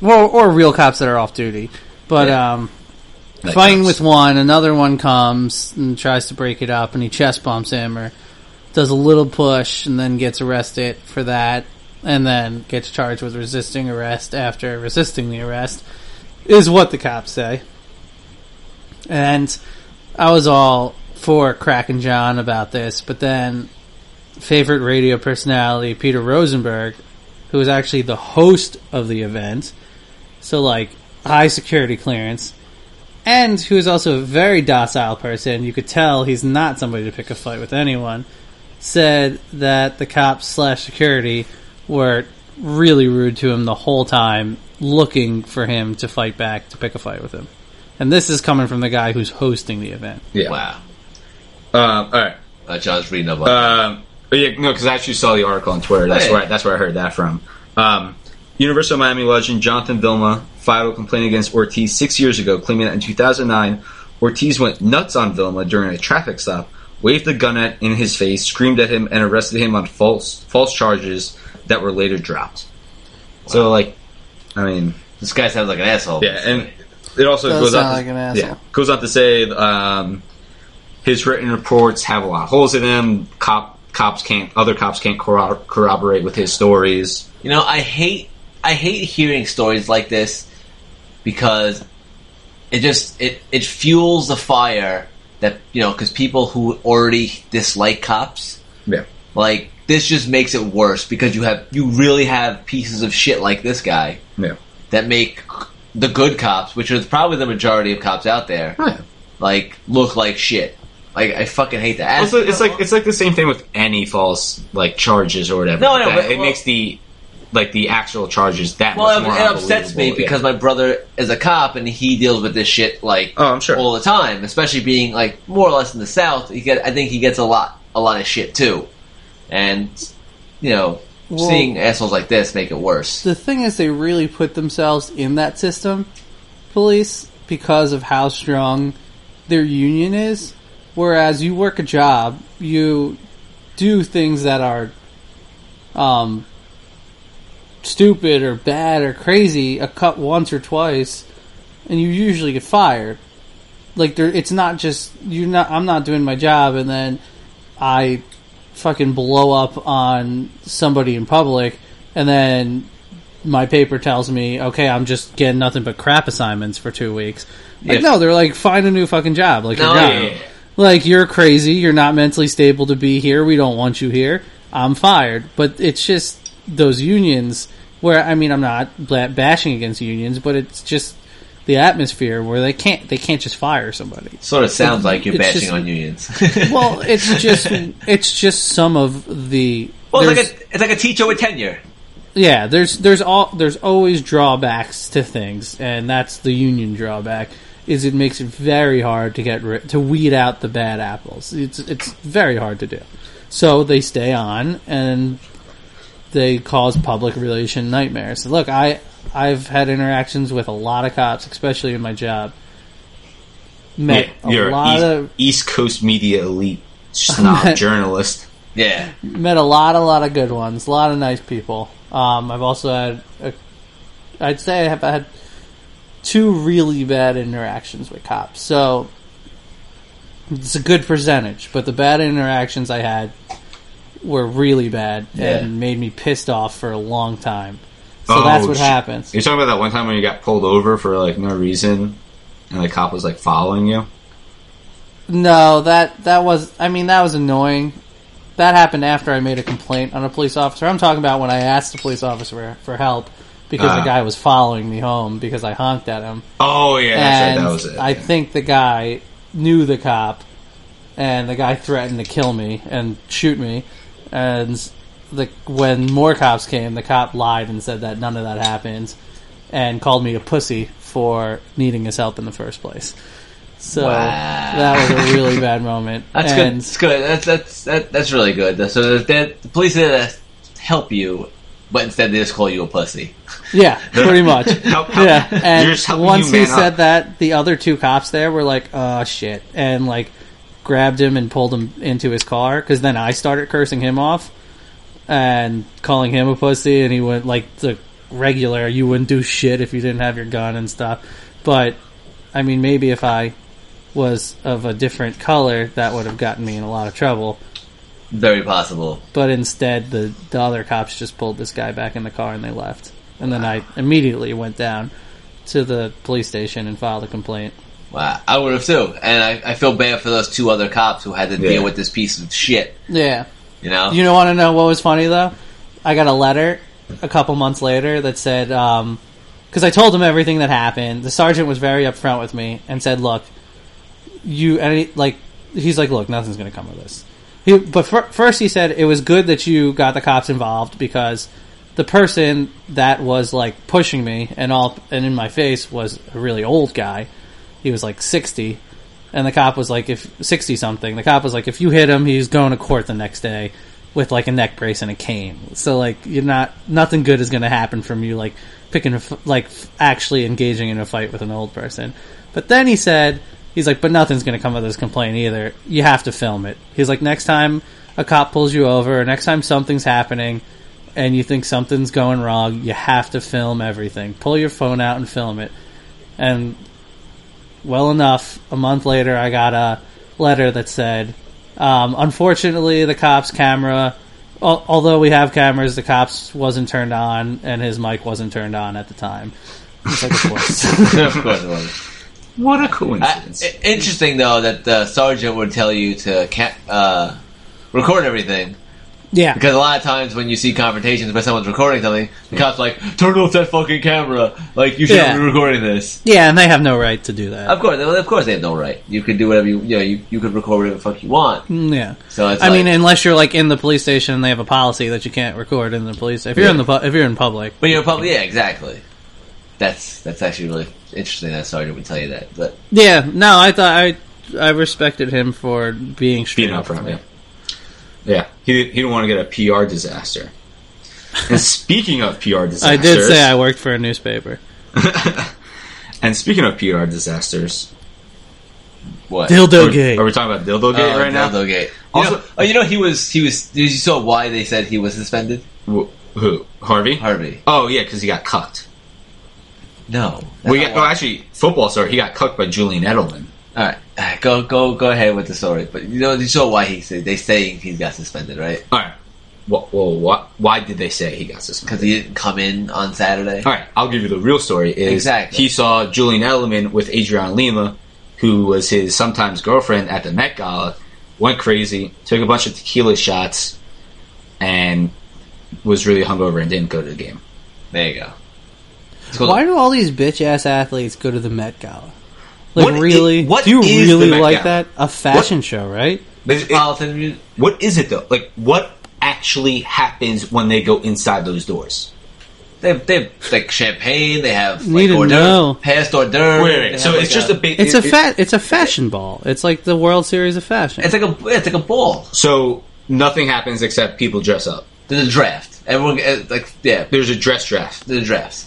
well, or real cops that are off duty, but um,
Like
fighting
cops.
with one, another one comes and tries to break it up, and he chest bumps him or does a little push, and then gets arrested for that, and then gets charged with resisting arrest after resisting the arrest, is what the cops say. And I was all for cracking John about this, but then favorite radio personality Peter Rosenberg, who was actually the host of the event, so like high security clearance, and who is also a very docile person, you could tell he's not somebody to pick a fight with anyone, said that the cops slash security were really rude to him the whole time, looking for him to fight back, to pick a fight with him. And this is coming from the guy who's hosting the event.
yeah.
Wow.
Um, all right.
Uh, John's reading up on.
Um, but yeah, no, because I actually saw the article on Twitter.
Oh,
That's
Hey.
where that's where I heard that from. Um, University of Miami legend Jonathan Vilma filed a complaint against Ortiz six years ago, claiming that in 2009 Ortiz went nuts on Vilma during a traffic stop, waved the gun at in his face, screamed at him, and arrested him on false false charges that were later dropped. So like, I mean,
This guy sounds like an asshole.
yeah, and it also
Does
goes on.
sound
to-
like an asshole.
Yeah, goes on to say um, his written reports have a lot of holes in them. Cop cops can't other cops can't corro- corroborate with his stories.
You know, I hate I hate hearing stories like this because it just it it fuels the fire that you know because people who already dislike cops
Yeah,
like this just makes it worse because you have you really have pieces of shit like this guy
yeah,
that make the good cops, which are probably the majority of cops out there,
Oh, yeah.
like look like shit. Like I fucking hate that.
Also, it's like it's like the same thing with any false like charges or whatever.
No, I know,
That
but-
it
well-
makes the like the actual charges that
Well,
much more
it, it upsets me
unbelievable. Yeah.
because my brother is a cop and he deals with this shit like
Oh, I'm sure.
all the time. Especially being like more or less in the South, he get I think he gets a lot a lot of shit too, and you know
Well-
seeing assholes like this make it worse.
The thing is, they really put themselves in that system, police, because of how strong their union is. Whereas you work a job, you do things that are um, stupid or bad or crazy a cut once or twice, and you usually get fired. Like there, it's not just you're not. I'm not doing my job, and then I fucking blow up on somebody in public, and then my paper tells me, okay, I'm just getting nothing but crap assignments for two weeks. Like,
Yeah.
no, they're like, find a new fucking job. Like,
No,
your job.
yeah, yeah, yeah.
like you're crazy. You're not mentally stable to be here. We don't want you here. I'm fired. But it's just those unions where I mean, I'm not bla- bashing against unions, but it's just the atmosphere where they can't they can't just fire somebody.
Sort of sounds like you're
It's
bashing
just-
on unions.
well, it's just it's just some of the
Well, it's
there's-
like a it's like a teacher with tenure.
yeah. There's there's all there's always drawbacks to things, and that's the union drawback is it makes it very hard to get rid to weed out the bad apples. It's it's very hard to do. So they stay on and they cause public relation nightmares. Look, I I've had interactions with a lot of cops, especially in my job. Met
Yeah, you're a
a lot
East,
of
East Coast media elite snob journalist.
Yeah,
met a lot, a lot of good ones, a lot of nice people. Um, I've also had, a, I'd say I have had two really bad interactions with cops. So it's a good percentage, but the bad interactions I had were really bad
Yeah.
and made me pissed off for a long time. So
Oh,
that's what
shit.
happens.
You're talking about that one time when you got pulled over for like no reason, and the cop was like following you.
No, that that was. I mean, that was annoying. That happened after I made a complaint on a police officer. I'm talking about when I asked the police officer for help because
Ah.
the guy was following me home because I honked at him.
Oh yeah, that's
and
right, that was it.
I think the guy knew the cop, and the guy threatened to kill me and shoot me. And the when more cops came, the cop lied and said that none of that happened, and called me a pussy for needing his help in the first place. So
Wow.
that was a really bad moment.
that's good.
and
That's good. That's that's that, that's really good. So that the police did uh, help you, but instead they just call you a pussy.
Yeah, pretty much.
Help- help.
yeah,
You're just
and
helping
once
you
he
man up.
said that, the other two cops there were like, "Oh shit," and like grabbed him and pulled him into his car. Because then I started cursing him off and calling him a pussy, and he went like the regular, "You wouldn't do shit if you didn't have your gun and stuff." But I mean, maybe if I was of a different color, that would have gotten me in a lot of trouble.
Very possible.
But instead, the, the other cops just pulled this guy back in the car and they left. And then I immediately went down to the police station and filed a complaint.
Wow, Uh, I would have too, and I, I feel bad for those two other cops who had to
Yeah.
deal with this piece of shit.
Yeah.
You know,
You want to know what was funny though? I got a letter a couple months later that said, because I told him everything that happened. The sergeant was very upfront with me and said, "Look, you and he, like he's like, look, nothing's going to come of this." He, but fir- first, he said it was good that you got the cops involved because the person that was like pushing me and all and in my face was a really old guy. He was like sixty, and the cop was like, if sixty something, the cop was like, if you hit him, he's going to court the next day with like a neck brace and a cane. So like, you're not nothing good is going to happen from you like picking a f- like f- actually engaging in a fight with an old person. But then he said, He's like, but nothing's going to come of this complaint either. You have to film it. He's like, next time a cop pulls you over, or next time something's happening, and you think something's going wrong, you have to film everything. Pull your phone out and film it. And well enough, a month later, I got a letter that said, um, unfortunately, the cop's camera, al- although we have cameras, the cop's wasn't turned on, and his mic wasn't turned on at the time. It's like, of course.
of course it was.
What a
I-
coincidence.
i- interesting though that the sergeant would tell you to ca- uh, record everything
yeah.
because a lot of times when you see confrontations where someone's recording something, the cops like turn off that fucking camera. Like you shouldn't
Yeah.
be recording this.
Yeah, and they have no right to do that.
Of course, of course they have no right. You could do whatever you you know you, you could record whatever the fuck you want.
Mm, Yeah.
So it's
I mean,
like-
unless you're like in the police station and they have a policy that you can't record in the police. If you're in the pu- if you're in public,
But you're probably yeah exactly. That's that's actually really interesting that sergeant would tell you that. But
yeah. No, I thought I I respected him for being straight
Being
up with
upfront,
me.
yeah. Yeah, he didn't, he didn't want to get a PR disaster. And speaking of PR disasters,
I did say I worked for a newspaper.
and speaking of PR disasters,
what?
are,
Dildo
we-
gate.
are we talking about Uh, dildo gate
Oh,
right now?
Dildo Gate. You
Also-
know, oh, you know he was he was. Did you saw why they said he was suspended?
Wh- Who? Harvey?
Harvey.
Oh yeah, because he got cucked.
No. that's
We
not
got,
why.
oh, actually, football star. He got cucked by Julian Edelman.
All right, All right, go go go ahead with the story. But you know, you saw why he said they saying he got suspended, right?
All right. Well, well what, why did they say he got
Because
suspended?
he didn't come in on Saturday.
All right, I'll give you the real story. Is
Exactly.
he saw Julian Edelman with Adrian Lima, who was his sometimes girlfriend at the Met Gala, went crazy, took a bunch of tequila shots, and was really hungover and didn't go to the game.
There you go. It's called-
Why do all these bitch ass athletes go to the Met Gala?
Like
What i-
really?
what
do you
is the
really
Met
like
Gala?
that? A fashion show, right?
But it-
Metropolitan Mu-
Uh, what is it though? Like what actually happens when they go inside those doors?
They have, they have like champagne. They have like
Need to
hors
know.
d'oeuvres, past hors d'oeuvres.
Wait,
they
wait, so
have,
it's
like,
just a big.
It's
it-
a
it-
fa- it's a fashion ball. It's like the World Series of Fashion.
It's like a it's like a ball.
So nothing happens except people dress up.
There's a draft. Everyone uh, like yeah.
There's a dress draft.
There's a draft.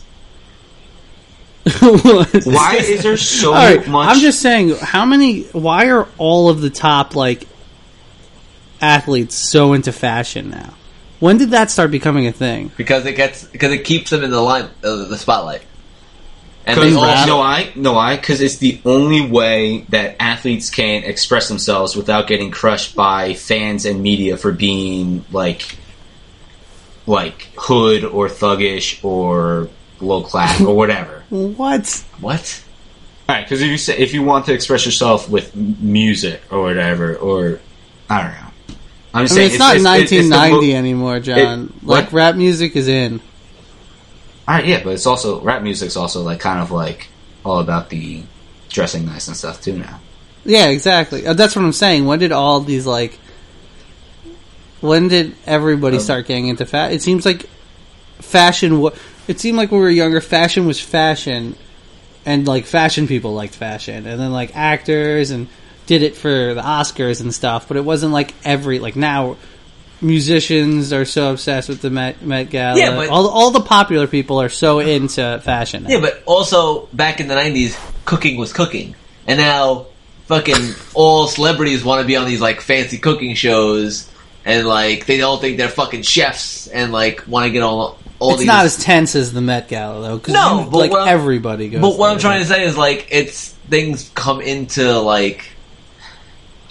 Why is there so
all right,
much?
I'm just saying, how many? Why are all of the top like athletes so into fashion now? When did that start becoming a thing?
because it gets because it keeps them in the line uh, the spotlight. And
Cause,
they all
no, I no, I because it's the only way that athletes can express themselves without getting crushed by fans and media for being like, like hood or thuggish or low class or whatever. All
What?
what?
right, because if you say, if you want to express yourself with m- music or whatever, or I don't know, I'm just
I
saying
mean, it's, not
it's- it's the
1990
mo-
anymore, John.
what?
like rap music is in.
All right, yeah, but it's also rap music's also like kind of like all about the dressing nice and stuff too now.
Yeah, exactly. Uh, That's what I'm saying. When did all these like? When did everybody
Um,
start getting into fat? It seems like fashion. Wa- it seemed like when we were younger, fashion was fashion, and like fashion people liked fashion, and then like actors and did it for the Oscars and stuff. But it wasn't like every like now. Musicians are so obsessed with the Met, Met Gala.
Yeah, but-
all all the popular people are so into fashion. now.
Yeah, but also back in the '90s, cooking was cooking, and now fucking all celebrities want to be on these like fancy cooking shows, and like they don't think they're fucking chefs, and like want to get all all
it's
these.
not as tense as the Met Gala though. 'cause
No,
you-
but
like
what I'm-
everybody goes.
but what I'm
there.
trying to say is like it's things come into like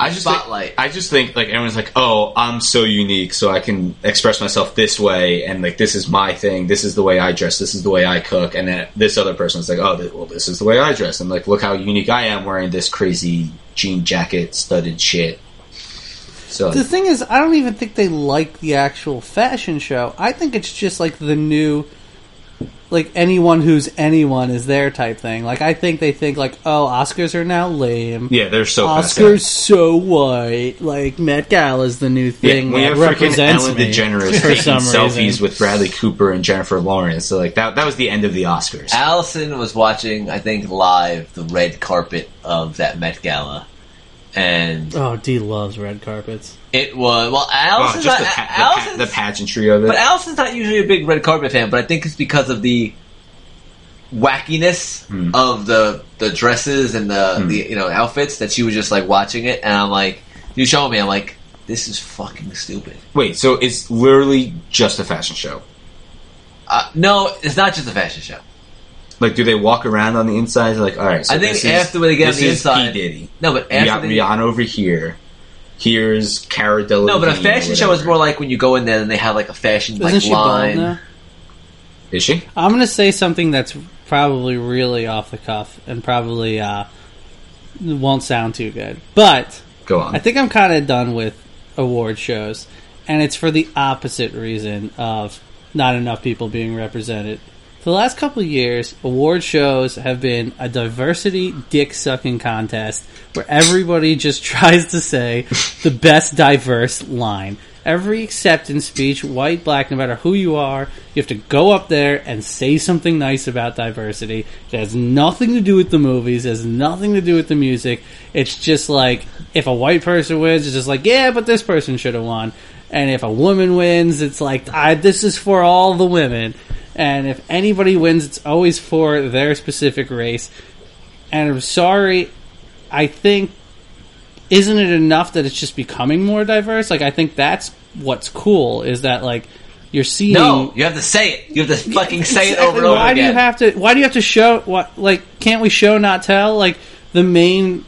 I just think-
Spotlight.
I just think like everyone's like, oh, I'm so unique, so I can express myself this way, and like this is my thing. This is the way I dress. This is the way I cook. And then this other person's like, oh, th- well, this is the way I dress, and like look how unique I am wearing this crazy jean jacket, studded shit. So
The thing is, I don't even think they like the actual fashion show. I think it's just like the new, like anyone who's anyone is there type thing. Like I think they think like, oh, Oscars are now lame.
yeah, they're so
Oscars
fascinating.
so white. Like Met Gala is the new thing
Yeah, we
that
have freaking
represents
Ellen
me
DeGeneres
for
taking
some
selfies
reason.
with Bradley Cooper and Jennifer Lawrence. So like that that was the end of the Oscars.
Allison was watching, I think, live the red carpet of that Met Gala, and
Oh, D loves red carpets.
it was well.
Oh,
Allison's
just the,
not,
pa- the, pa-
Allison's-
the pageantry of it.
but Allison's not usually a big red carpet fan, but I think it's because of the wackiness
Hmm.
of the the dresses and the, the you know outfits that she was just like watching it, and I'm like, you show me, I'm like, this is fucking stupid.
Wait, so it's literally just a fashion show.
Uh, no, it's not just a fashion show.
Like, do they walk around on the inside? Like, all right. So
I think
this is-
after they get on
this
the
is
inside,
P. Diddy.
no, but
You got
after they,
Rihanna over here. Here's Cara Delevingne.
no, but a
or
fashion show is
whatever.
more like when you go in there and they have like a fashion
Isn't
like
she
line.
bald now?
Is she?
I'm gonna say something that's probably really off the cuff and probably uh, won't sound too good, but
Go on.
I think I'm kind of done with award shows, and it's for the opposite reason of not enough people being represented. For the last couple of years, award shows have been a diversity dick sucking contest where everybody just tries to say the best diverse line. Every acceptance speech, white, black, no matter who you are, you have to go up there and say something nice about diversity. It has nothing to do with the movies, it has nothing to do with the music. It's just like if a white person wins, it's just like, yeah, but this person should have won. And if a woman wins, it's like, I, this is for all the women. And if anybody wins, it's always for their specific race. And I'm sorry, I think isn't it enough that it's just becoming more diverse? Like I think that's what's cool is that like you're seeing
No, you have to say it. You have to fucking say it over
Exactly.
and over
why
again.
do you have to why do you have to show what like can't we show not tell like the main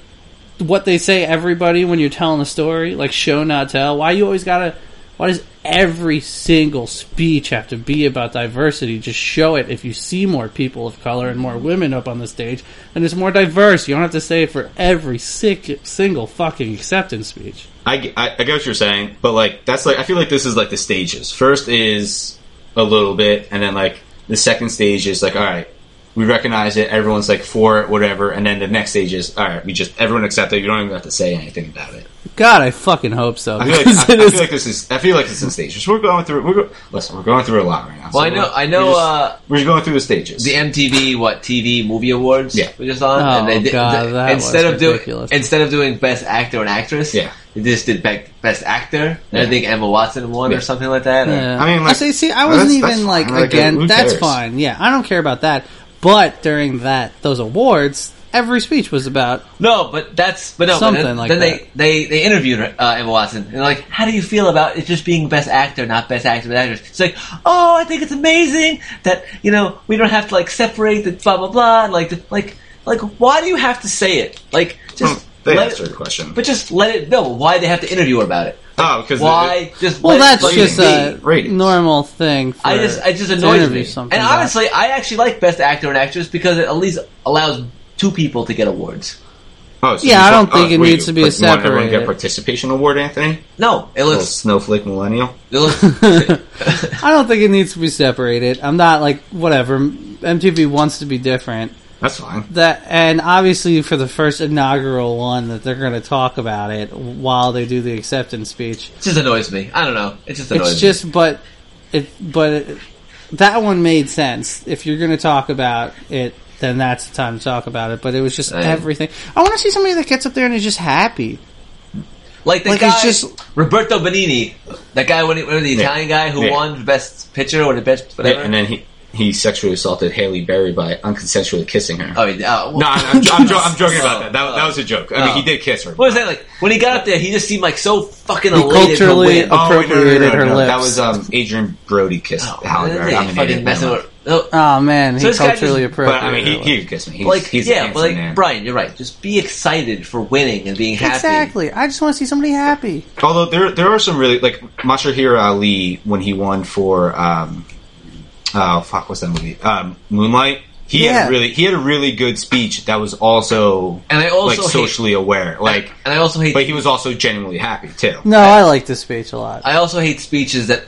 what they say everybody when you're telling a story like show not tell why you always gotta why does every single speech have to be about diversity just show it if you see more people of color and more women up on the stage and it's more diverse you don't have to say it for every sick, single fucking acceptance speech
I, I, I get what you're saying, but like that's like I feel like this is like the stages. First is a little bit, and then like the second stage is like all right, we recognize it. Everyone's like for it, whatever, and then the next stage is all right. We just everyone accept it. You don't even have to say anything about it.
god i fucking hope so
I feel like,
because
I,
it
I
is-
feel like this is I feel like it's in stages. We're going through. We're go, listen. We're going through a lot right now. so
Well, I know-
we're-
I know,
We're just,
uh,
we're just going through the stages. Hmm,
the MTV what TV movie awards
Yeah.
we just on
Oh, God,
did-
that
instead
was
of doing
ridiculous.
instead of doing best actor and actress
Yeah.
they just did be- best actor and I
Yeah.
think Emma Watson won
Yeah.
or something like that or-
Yeah.
I mean, like-
see, see, I
well,
wasn't
that's- that's
even like,
fine. Like,
again.
who
that's
cares?
fine. Yeah, I don't care about that. But during that, those awards, every speech was about.
no but that's but no
Something
but then,
like
then
that.
they they they interviewed her, uh, Emma Watson and they're like how do you feel about it just being best actor not best actor but actress it's like oh I think it's amazing that you know we don't have to like separate the blah blah blah and, like the, like like why do you have to say it like
Hmm,
just
they
let
answered
it,
the question.
But just let it know why they have to interview her about it.
oh, because the-
Why just
Well,
let
that's
it,
rating.
just a
Ratings.
normal thing. For,
I just I just
to
annoys
interview
me.
something
And
about-
honestly, I actually like Best Actor and Actress because it at least allows two people to get awards.
oh, so
Yeah,
you
I don't
thought-
think
oh,
it
wait,
needs to be
like, you want everyone to get
separated.
participation award, Anthony.
No, it
Little
looks.
snowflake millennial.
It looks
I don't think it needs to be separated. I'm not like whatever. MTV wants to be different.
That's fine.
That and obviously for the first inaugural one that they're going to talk about it while they do the acceptance speech.
it just annoys me. I don't know. It just annoys
It's just, but it, but it, that one made sense. If you're going to talk about it, then that's the time to talk about it. But it was just
Right.
everything. I want to see somebody that gets up there and is just happy.
me. Like the
like,
guy,
it's just-
Roberto Benini, that guy, when he, when the
Yeah.
Italian guy who
Yeah.
won Best Picture or the Best
Yeah,
whatever.
and then he he sexually assaulted Haley Berry by unconsensually kissing her.
oh, he- uh,
No, I'm, I'm, I'm, jo- I'm joking about that. That,
Oh.
that was a joke. I mean,
Oh.
he did kiss her.
what was that like? When he got up there, he just seemed like so fucking
He
elated to
culturally-
win.
Oh, wait,
Appropriated her
That
lips.
was um, Adrian Brody kissed
Oh,
Halle
man,
Berry.
they
I'm an
fucking
idiot,
messing
man.
with. No,
Oh man,
So
he
this guy
culturally
just-
appropriate.
But I mean, he, he could kiss me. He's,
like
he's a
yeah,
handsome
but like
man.
Brian, you're right. Just be excited for winning and being happy.
exactly. I just want to see somebody happy.
Although there there are some really like Masahiro Ali when he won for um, oh fuck, what's that movie? Um, Moonlight. He
Yeah.
had a really he had a really good speech that was also
And I also
like
hate-
socially aware. Like,
And I also hate.
but he was also genuinely happy too.
No, I like this speech a lot.
I also hate speeches that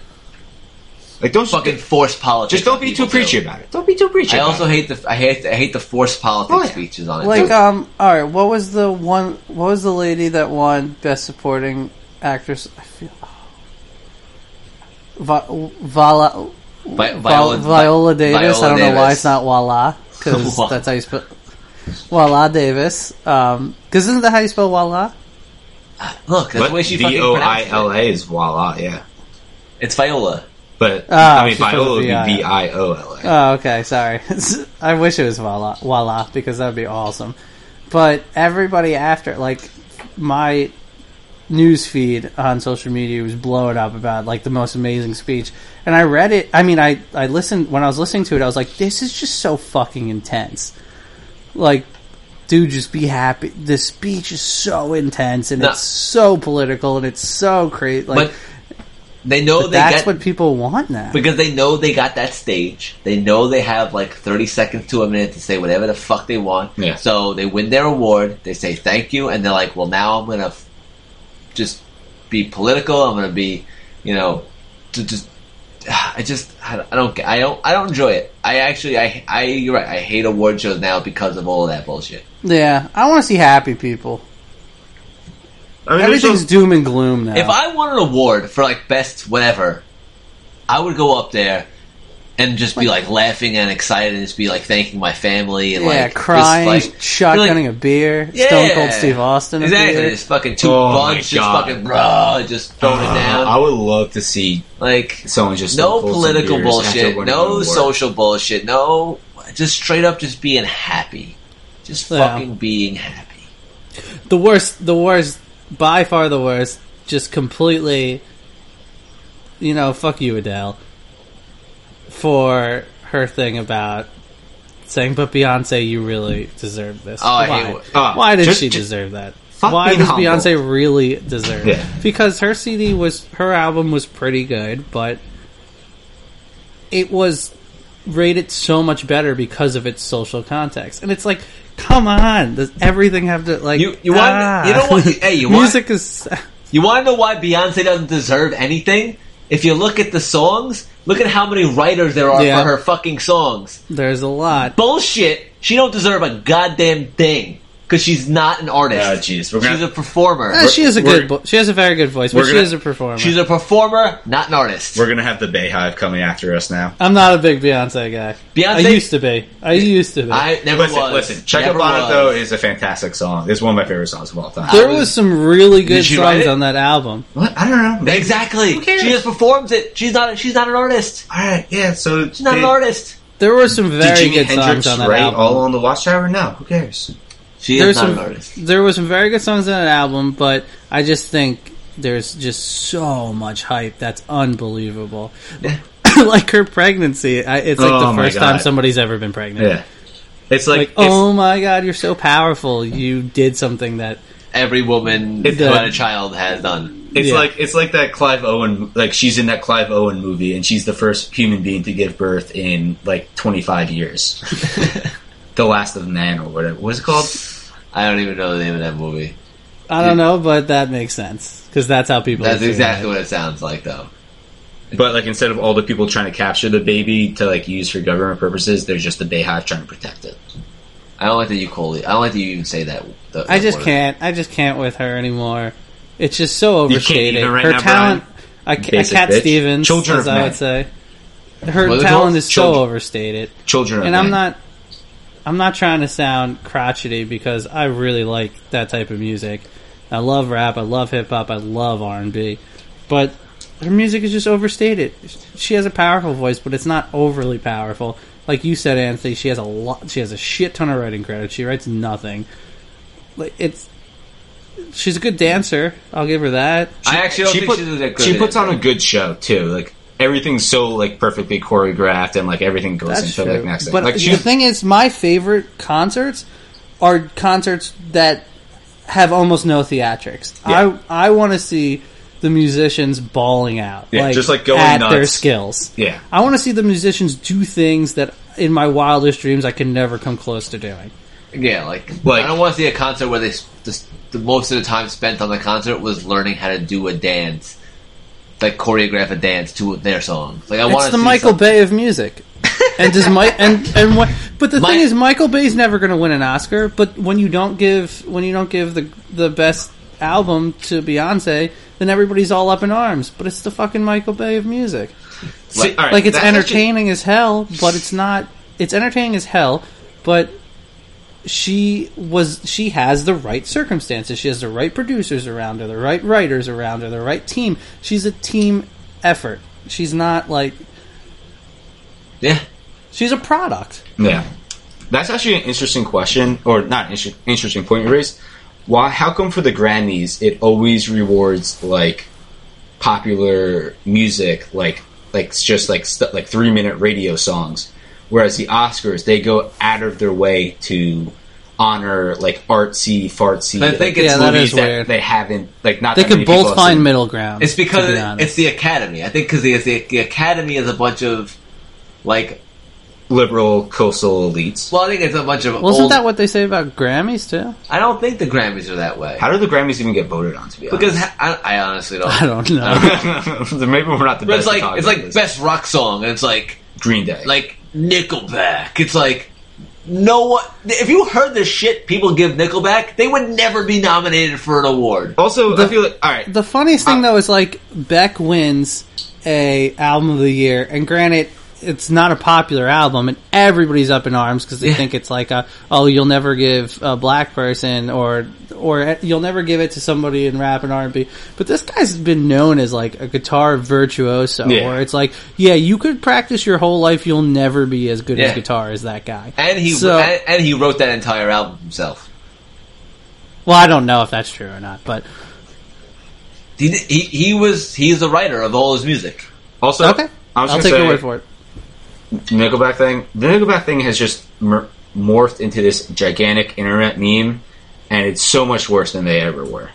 Like don't
fucking force politics.
Just don't
on
be
people,
too preachy
too.
about it. Don't be too preachy.
I
about
also
it.
hate the I hate I hate the forced politics
Oh, yeah.
speeches on it.
like,
too.
um, all right, what was the one? What was the lady that won Best Supporting Actress? I feel. oh. Va- Vala,
Vi-
Viola, Viola Davis. I don't know why it's
Davis.
not Wala because
Wa-
that's how you spell Wala Davis. Because isn't that how you spell Wala?
Look, that's the way she fucking
V O I L
pronounced it.
A is voila. Yeah,
It's Viola.
But
Oh,
Ah,
I mean,
she spelled it
Viola would
V-I-O.
be V I O
Uh,
L A.
Oh, okay. Sorry. I wish it was voila, voila, because that'd be awesome. But everybody after, like, my news feed on social media was blowing up about like the most amazing speech, and I read it. I mean, I I listened when I was listening to it. I was like, this is just so fucking intense. Like, dude, just be happy. The speech is so intense, and
No.
it's so political, and it's so crazy. Like,
but they know
but
they
that's
get
what people want now.
because they know they got that stage. They know they have like thirty seconds to a minute to say whatever the fuck they want.
Yeah.
So they win their award. They say thank you, and they're like, "Well, now I'm gonna f- just be political. I'm gonna be, you know, to just." I just I don't- I don't I don't I don't enjoy it. I actually I I you're right. I hate award shows now because of all of that bullshit.
yeah, I want to see happy people.
I mean, there's
Everything's
those-
doom and gloom now.
If I won an award for like best whatever, I would go up there and just be like laughing and excited and just be like thanking my family and
yeah,
like
crying,
just, like,
shotgunning
like,
a beer, Stone Cold Steve Austin. a
Exactly,
beer.
just fucking two
Oh my
bunch, just
God. Uh,
fucking bro, just throwing it down.
I would love to see
like
someone just
no
pull some
political
beers after
bullshit,
winning an
no
award.
social bullshit, no just straight up just being happy, just
Yeah.
fucking being happy.
the worst, the worst, by far the worst. Just completely, you know, fuck you, Adele, for her thing about saying, "But Beyonce, you really deserve this."
Oh, I
Why?
hate what-
Ah,
Why did
just-
she
just-
deserve that?
Fuck
Why
being
does
humble.
Beyonce really deserve?
Yeah.
Because her CD was her album was pretty good, but it was rated so much better because of its social context. And it's like, come on, does everything have to like
You- you want-
ah.
you know what- hey, you want-
music is
You want to know why Beyonce doesn't deserve anything? If you look at the songs, look at how many writers there are
Yeah.
for her fucking songs.
there's a lot.
Bullshit. She don't deserve a goddamn thing because she's not an artist.
Ah, jeez, we're gonna-
she's a performer.
Ah, she has a
we're-
good, vo- she has a very good voice, but
we're
she
gonna-
is a performer.
she's a performer, not an artist.
We're gonna have the Bayhive coming after us now.
I'm not a big Beyonce guy.
Beyonce-
I used to be. I used to be.
I never
Listen,
was.
listen. Check
Never
up on it
was.
though is a fantastic song. It's one of my favorite songs of all time.
there
I was-
was some really good
Did she write
songs
it?
on that album.
what? I don't know. Maybe-
Exactly.
Who cares?
She just performs it. She's not. She's not an artist.
All right. Yeah. So
She's not
did,
an artist.
There were some
did
very
Jimi
good
Hendrix
songs on that
write
album.
all on the Watchtower? No. Who cares?
She
There's
is not
some
an artist.
there were some very good songs on that album, but I just think there's just so much hype that's unbelievable. like her pregnancy, I, it's like
Oh
the
my
first
God.
time somebody's ever been pregnant.
Yeah. It's like,
Like,
it's,
oh my god, you're so powerful! You did something that
Every woman who
It's
had
done.
a child has done.
It's
Yeah.
like it's like that Clive Owen like she's in that Clive Owen movie and she's the first human being to give birth in like 25 years. the Last of Man or whatever. What's it called?
I don't even know the name of that movie.
I don't know, but that makes sense because that's how people.
That's
do it.
exactly what it sounds like, though.
But like instead of all the people trying to capture the baby to like use for government purposes, there's just the Bayhive trying to protect it.
I don't like that you call it. I don't like that you even say that. that
I
that
just
word.
can't. I just can't with her anymore. It's just so
You can't
overstated.
even right
her
now,
talent,
Brian?
I ca-
Basic
Cat
bitch.
Stevens,
Children
as
of
I
men.
would say. Her
What is it
talent
called?
is so
Children.
overstated.
Children of
and I'm
men.
not I'm not trying to sound crotchety because I really like that type of music. I love rap, I love hip hop, I love R and B. But her music is just overstated. She has a powerful voice, but it's not overly powerful. Like you said, Anthony, she has a lot she has a shit ton of writing credit. She writes nothing. Like it's she's a good dancer, I'll give her that.
I actually don't
she,
think
put-
she's that good.
she
at
puts
it.
on a good show too. Like everything's so like perfectly choreographed and like everything goes
That's
into
true.
like next.
But
like,
the thing is, my favorite concerts are concerts that have almost no theatrics.
Yeah.
I I want to see the musicians bawling out,
Yeah, just, like, going
at their
nuts.
skills.
yeah.
I want to see the musicians do things that in my wildest dreams I can never come close to doing.
yeah, like,
Like-
I don't want to see a concert where they s- just, the most of the time spent on the concert was learning how to do a dance, like choreograph a dance to their song. Like I want
It's
to
the
see
Michael
something-
Bay of music. and does Mike and and what? But the
Mi-
thing is, Michael Bay's never going to win an Oscar. But when you don't give when you don't give the the best album to Beyonce, then everybody's all up in arms. But it's the fucking Michael Bay of music.
See, all right,
like it's
that's actually-
entertaining as hell, but it's not. It's entertaining as hell, but she was she has the right circumstances. She has the right producers around her, the right writers around her, the right team. She's a team effort. She's not like
Yeah.
she's a product.
Yeah, that's actually an interesting question, or not an inter- interesting point you raised. Why? How come for the Grammys it always rewards like popular music, like like it's just like stu like three minute radio songs, whereas the Oscars they go out of their way to honor like artsy fartsy.
I think
like,
it's
Yeah, that
movies
movies
is
that
weird.
they haven't like not.
They
that
could
many people
both
have
find
seen.
middle ground.
It's
to
because
be
it-
honest.
it's the Academy. I think because the, the, the Academy is a bunch of like.
liberal coastal elites.
Well, I think it's a bunch of.
Wasn't
old-
that what they say about Grammys too?
I don't think the Grammys are that way
How do the Grammys even get voted on? To be
because ha- I, I honestly don't.
I don't know.
honest, maybe we're not the
But
best.
it's
at
like
talking
it's
about
like
this.
best rock song, and it's like
Green Day.
like Nickelback. It's like no one. If you heard the shit people give Nickelback, they would never be nominated for an award.
also, I feel like all right.
The funniest thing
Uh,
though is like Beck wins a album of the year, and granted, it's not a popular album, and everybody's up in arms because they
Yeah.
think it's like a oh you'll never give a black person or or you'll never give it to somebody in rap and R and B. But this guy's been known as like a guitar virtuoso,
Yeah.
where it's like yeah you could practice your whole life, you'll never be as good
Yeah.
as guitar as that guy.
And he
So-
and, and he wrote that entire album himself.
well, I don't know if that's true or not, but
He did- he, he was he's the writer of all his music.
Also,
okay,
I was
I'll
gonna
take
say,
your word for it.
Nickelback thing. The Nickelback thing has just mer- morphed into this gigantic internet meme, and it's so much worse than they ever were.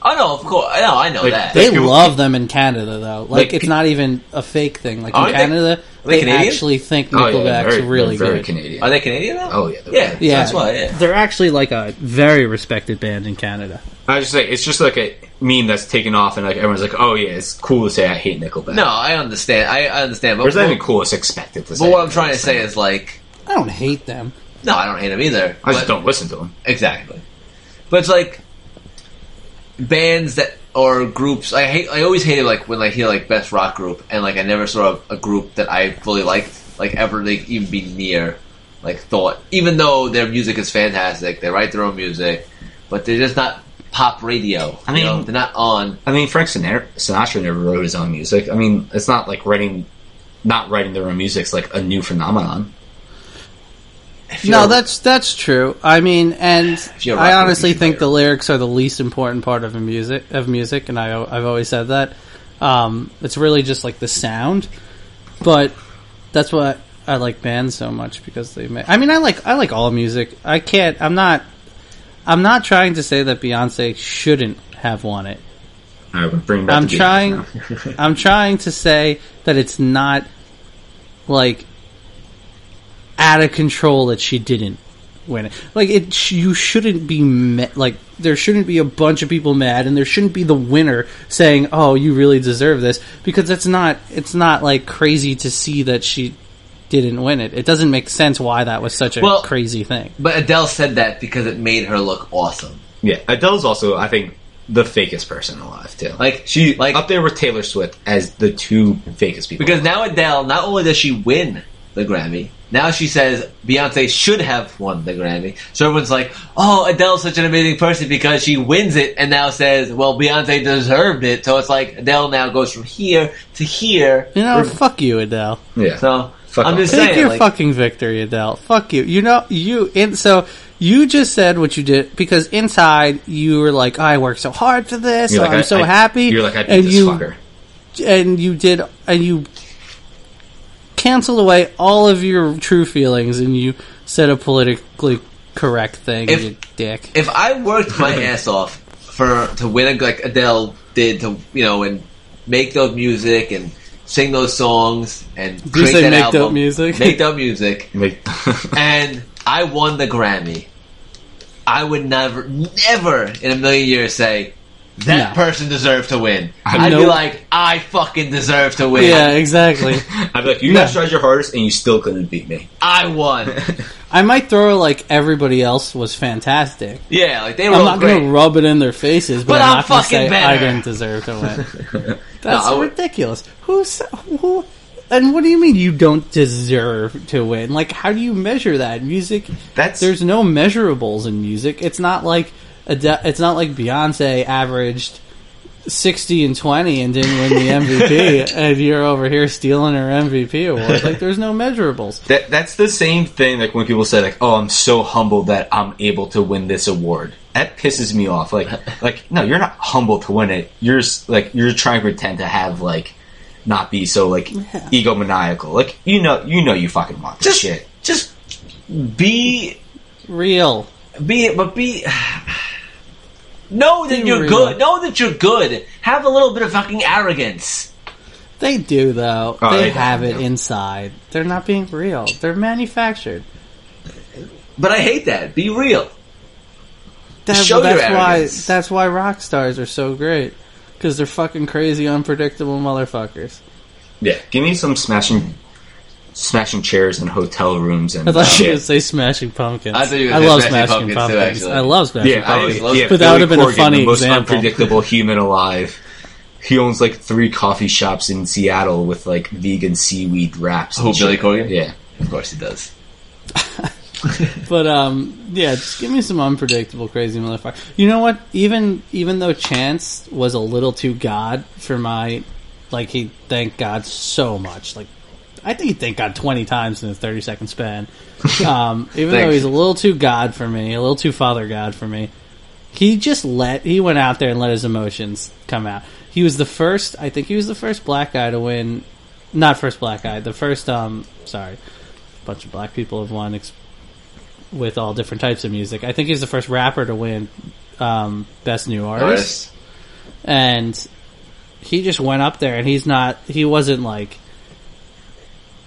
Oh no, of course, no, I know
Like,
that.
Like,
They
people-
love them in Canada, though. Like,
Like,
it's
pe-
not even a fake thing. Like,
Aren't
in
they-
Canada,
are they
they,
Canadian?
actually think
Oh, yeah,
Nickelback's
they're very,
really
they're very
good.
Canadian.
Are they Canadian? Though?
Oh, yeah, they're
yeah.
Canadian.
That's why. Yeah.
They're actually, like, a very respected band in Canada.
I just say it's just like a meme that's taken off, and like everyone's like, "Oh yeah, it's cool to say I hate Nickelback."
No, I understand. I, I understand. But,
or is that
but,
even cool? It's expected to say.
but what I'm trying to say is like,
I don't hate them.
no, I don't hate him either.
I just
but-
don't listen to them.
Exactly. But it's like bands that or groups. I hate. I always hated like when I hear like best rock group, and like I never saw a, a group that I fully liked like ever like even be near like thought. Even though their music is fantastic, they write their own music, but they're just not pop radio.
I
you know?
mean-
they're not on.
I mean, Frank Sinatra, Sinatra never wrote his own music. I mean, it's not like writing, not writing their own music's like a new phenomenon.
No,
you're-
that's that's true. I mean, and
you're a rock
I
band,
honestly
you should
think
play
the lyrics are the least important part of a music of music, and I, I've always said that. Um, it's really just like the sound, but that's what I like bands so much because they make. I mean, I like I like all music. I can't. I'm not. I'm not trying to say that Beyonce shouldn't have won it.
I would bring back.
I'm
the Beatles
trying-
now.
I'm trying to say that it's not like out of control that she didn't win it. Like it, sh- you shouldn't be ma- like there shouldn't be a bunch of people mad, and there shouldn't be the winner saying, "Oh, you really deserve this," because it's not it's not like crazy to see that she didn't win it. It doesn't make sense why that was such a
Well-
crazy thing.
But Adele said that because it made her look awesome.
Yeah, Adele's also, I think, the fakest person alive too.
Like-
she, like
like-
up there with Taylor Swift as the two fakest people.
Because now Adele, not only does she win the Grammy, now she says Beyonce should have won the Grammy. So everyone's like, oh, Adele's such an amazing person because she wins it and now says, well, Beyonce deserved it. So it's like Adele now goes from here to here.
You know, fuck you, Adele.
yeah,
So
Fuck
I'm
off.
just
Take
saying.
your
like,
fucking victory, Adele. Fuck you. You know you and so you just said what you did because inside you were like, I worked so hard for this.
You're like,
I'm
I-
so
I-
happy.
You're like I beat
and
this
you
fucker.
and you did and you canceled away all of your true feelings and you said a politically correct thing.
If-
you dick.
if I worked my ass off for to win a, like Adele did to you know and make those music and sing those songs and
you
create
say
that
make dope
album,
music?
make dope music,
Like,
and I won the Grammy, I would never, never in a million years say that
No.
person deserved to win.
I
I'd be
know.
like, I fucking deserve to win.
yeah, exactly.
I'd be like, you
No.
guys tried your hardest and you still couldn't beat me.
I won.
I might throw like everybody else was fantastic.
Yeah, like they were
I'm
all
not
Oh, great.
gonna rub it in their faces, but,
But
I'm,
I'm
not gonna
fucking
say
better.
I didn't deserve to win. That's
No, I would-
ridiculous. Who's who? And what do you mean you don't deserve to win? Like, how do you measure that? Music,
That's
there's no measurables in music. It's not like Ade- it's not like Beyonce averaged sixty and twenty and didn't win the MVP, and you're over here stealing her MVP award. Like there's no measurables.
That that's the same thing like when people say like, "Oh, I'm so humbled that I'm able to win this award." That pisses me off. Like like no, you're not humble to win it. You're s- like you're trying to pretend to have like not be so like egomaniacal. Like you know you know you fucking want this
Just,
shit.
just be
Real.
be but be know that
Be
you're
real.
good know that you're good have a little bit of fucking arrogance
They do though.
Oh,
they
they
have it
definitely do.
inside. They're not being real. They're manufactured.
but i hate that be real
That-
Show your
that's why
arrogance.
that's why rock stars are so great because they're fucking crazy, unpredictable motherfuckers.
Yeah, give me some smashing smashing chairs in hotel rooms and
I thought you were gonna
shit.
say Smashing Pumpkins.
I thought you were gonna say
love
Smashing
Smashing
Pumpkins,
Pumpkins.
too, actually.
I love Smashing
Yeah, I,
Pumpkins.
Pumpkins.
yeah,
But that
Billy
would've been a
Corgan,
funny
the most
example.
unpredictable human alive. He owns like three coffee shops in Seattle with like vegan seaweed wraps.
Who,
and
Billy
shit.
Corgan?
Yeah.
of course he does
But um, yeah, just give me some unpredictable, crazy motherfucker. You know what? Even even though Chance was a little too god for my, like he thanked God so much. Like I think he thanked God twenty times in a thirty second span. Um, even though
Thanks.
he's a little too god for me, a little too father god for me. He just let he went out there and let his emotions come out. He was the first. I think he was the first black guy to win. Not first black guy. The first. Um, sorry, bunch of black people have won. Ex- with all different types of music. I think he's the first rapper to win um, best new artist,
Artist.
and he just went up there and he's not. He wasn't like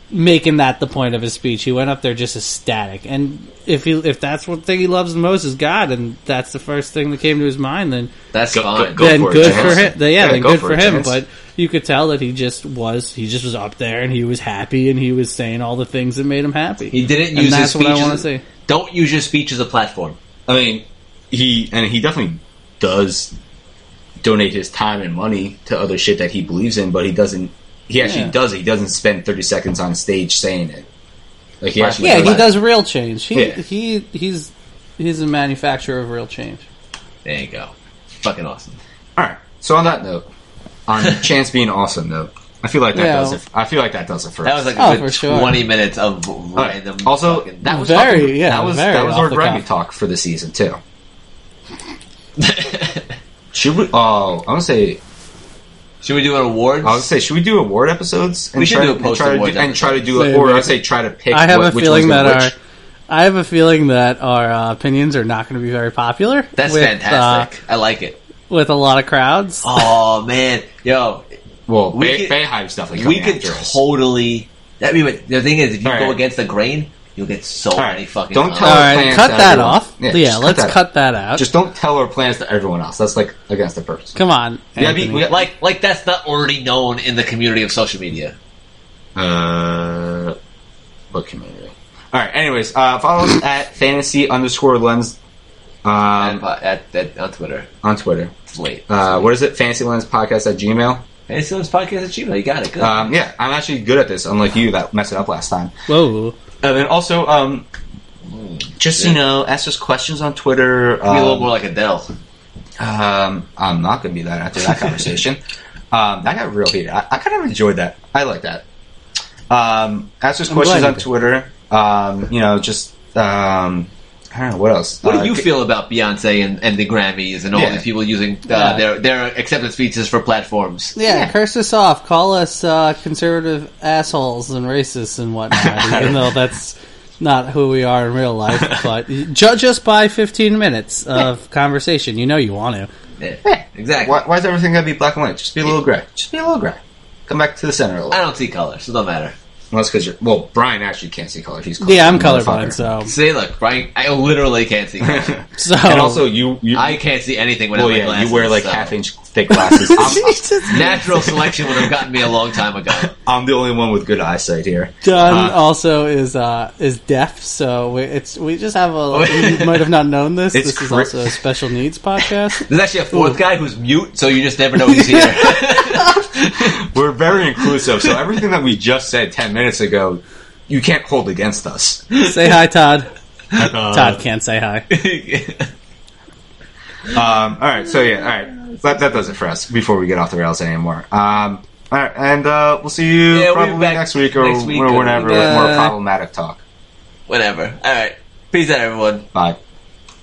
making that the point of his speech. He went up there just ecstatic, and if he if that's one thing he loves the most is God, and that's the first thing that came to his mind, then
that's
Go-
fine
go-
then
for it,
good
Chance.
for him. Then, yeah,
Yeah,
then
go
good
for
for
it,
him.
Chance.
But you could tell that he just was. He just was up there and he was happy and he was saying all the things that made him happy.
he didn't
And
use his
that's
speech
what I want to
as-
see.
don't use your speech as a platform
I mean, he and he definitely does donate his time and money to other shit that he believes in, but he doesn't. He actually
Yeah.
does it. He doesn't spend thirty seconds on stage saying it. Like he actually,
Yeah,
does
he
it.
does real change. He
Yeah.
he he's he's a manufacturer of real change.
there you go fucking awesome
All right. So on that note, on chance being awesome note, I feel like that
Yeah.
does it. I feel like that does it for
that
us.
was like
Oh,
a good
for sure.
20 minutes of
All right.
random
also,
fucking-
that was
Very,
fucking-
yeah,
that was
very
that was
off
our
the
rugby
cuff.
talk for the season too. should we? Oh, I'm gonna say
should we do an awards
I would say, should we do award episodes? And
We should
try,
do a
and try to
post-award
do, and try to do,
episode.
or
Maybe.
I would say, try to pick.
I have
what,
a
which
feeling
one's
that
gonna
our
which.
I have a feeling that our uh, opinions are not going to be very popular.
that's
with,
fantastic i like it
uh, with a lot of crowds.
oh man yo
well,
we
Bay,
could-
Bayhive's definitely
we
coming
could
after us.
totally. I mean, but the thing is, if you
All
go
right.
against the grain, you'll get so
right.
many fucking.
Don't
comments.
tell
All
us.
right,
plans
cut
to
that
everyone.
off.
Yeah,
Yeah,
just cut
let's
that
cut that, out.
Just don't tell our plans to everyone else. That's like against the person.
Come on,
Yeah, I
Anthony.
mean, we-
like, like that's not already known in the community of social media.
Uh, what community? All right. Anyways, uh, follow us at fantasy underscore lens
And
um,
po- at, at, on Twitter,
on Twitter.
it's late.
Uh, what is it? Fantasy lens podcast at Gmail.
Hey, Sims Podcast at Gmail. You got it. Good.
Um, yeah, I'm actually good at this, unlike you that messed it up last time.
Whoa,
And then also, um, just you know, ask us questions on Twitter.
Be a little more
Um,
like Adele.
um, I'm not going to be that after that conversation. Um, that got real heated. I, I kind of enjoyed that. I like that. Um, ask us
I'm
questions
glad you
on
did.
Twitter. Um, you know, just um, I don't know what else.
What
Uh,
do you
g-
feel about Beyonce and, and the Grammys and all
Yeah.
these people using uh,
Yeah.
their their acceptance speeches for platforms?
yeah,
Yeah.
curse us off. Call us uh, conservative assholes and racists and whatnot. even though that's not who we are in real life, but judge us by fifteen minutes of conversation. You know you want to.
Yeah, exactly.
Why, why is everything going to be black and white? Just be a little gray. Just be a little gray. Come back to the center a
I
little.
don't see color, so it don't matter.
Unless because you're well, Brian actually can't see color. He's
Yeah, I'm
colorblind,
colorblind, so
See, look, Brian, I literally can't see color.
so
And also, you, you
I can't see anything without
Well,
my
yeah,
glasses.
you wear like
so-
half inch thick glasses. I'm,
Natural selection would have gotten me a long time ago.
I'm the only one with good eyesight here.
John
Uh,
also is uh, is deaf, so we, it's we just have a. you might have not known this.
It's
This is
cri-
also a special needs podcast.
There's actually a fourth guy who's mute, so you just never know he's here.
We're very inclusive, so everything that we just said ten minutes ago, you can't hold against us.
say hi, Todd.
Uh,
Todd can't say hi.
Um, all right, so yeah, all right. that, that does it for us before we get off the rails anymore. Um, all right, and uh, we'll see you
Yeah, we'll be
probably
back
next week or
next week
whenever
or-
with more
Uh,
problematic talk.
Whatever. All right. Peace out, everyone.
Bye.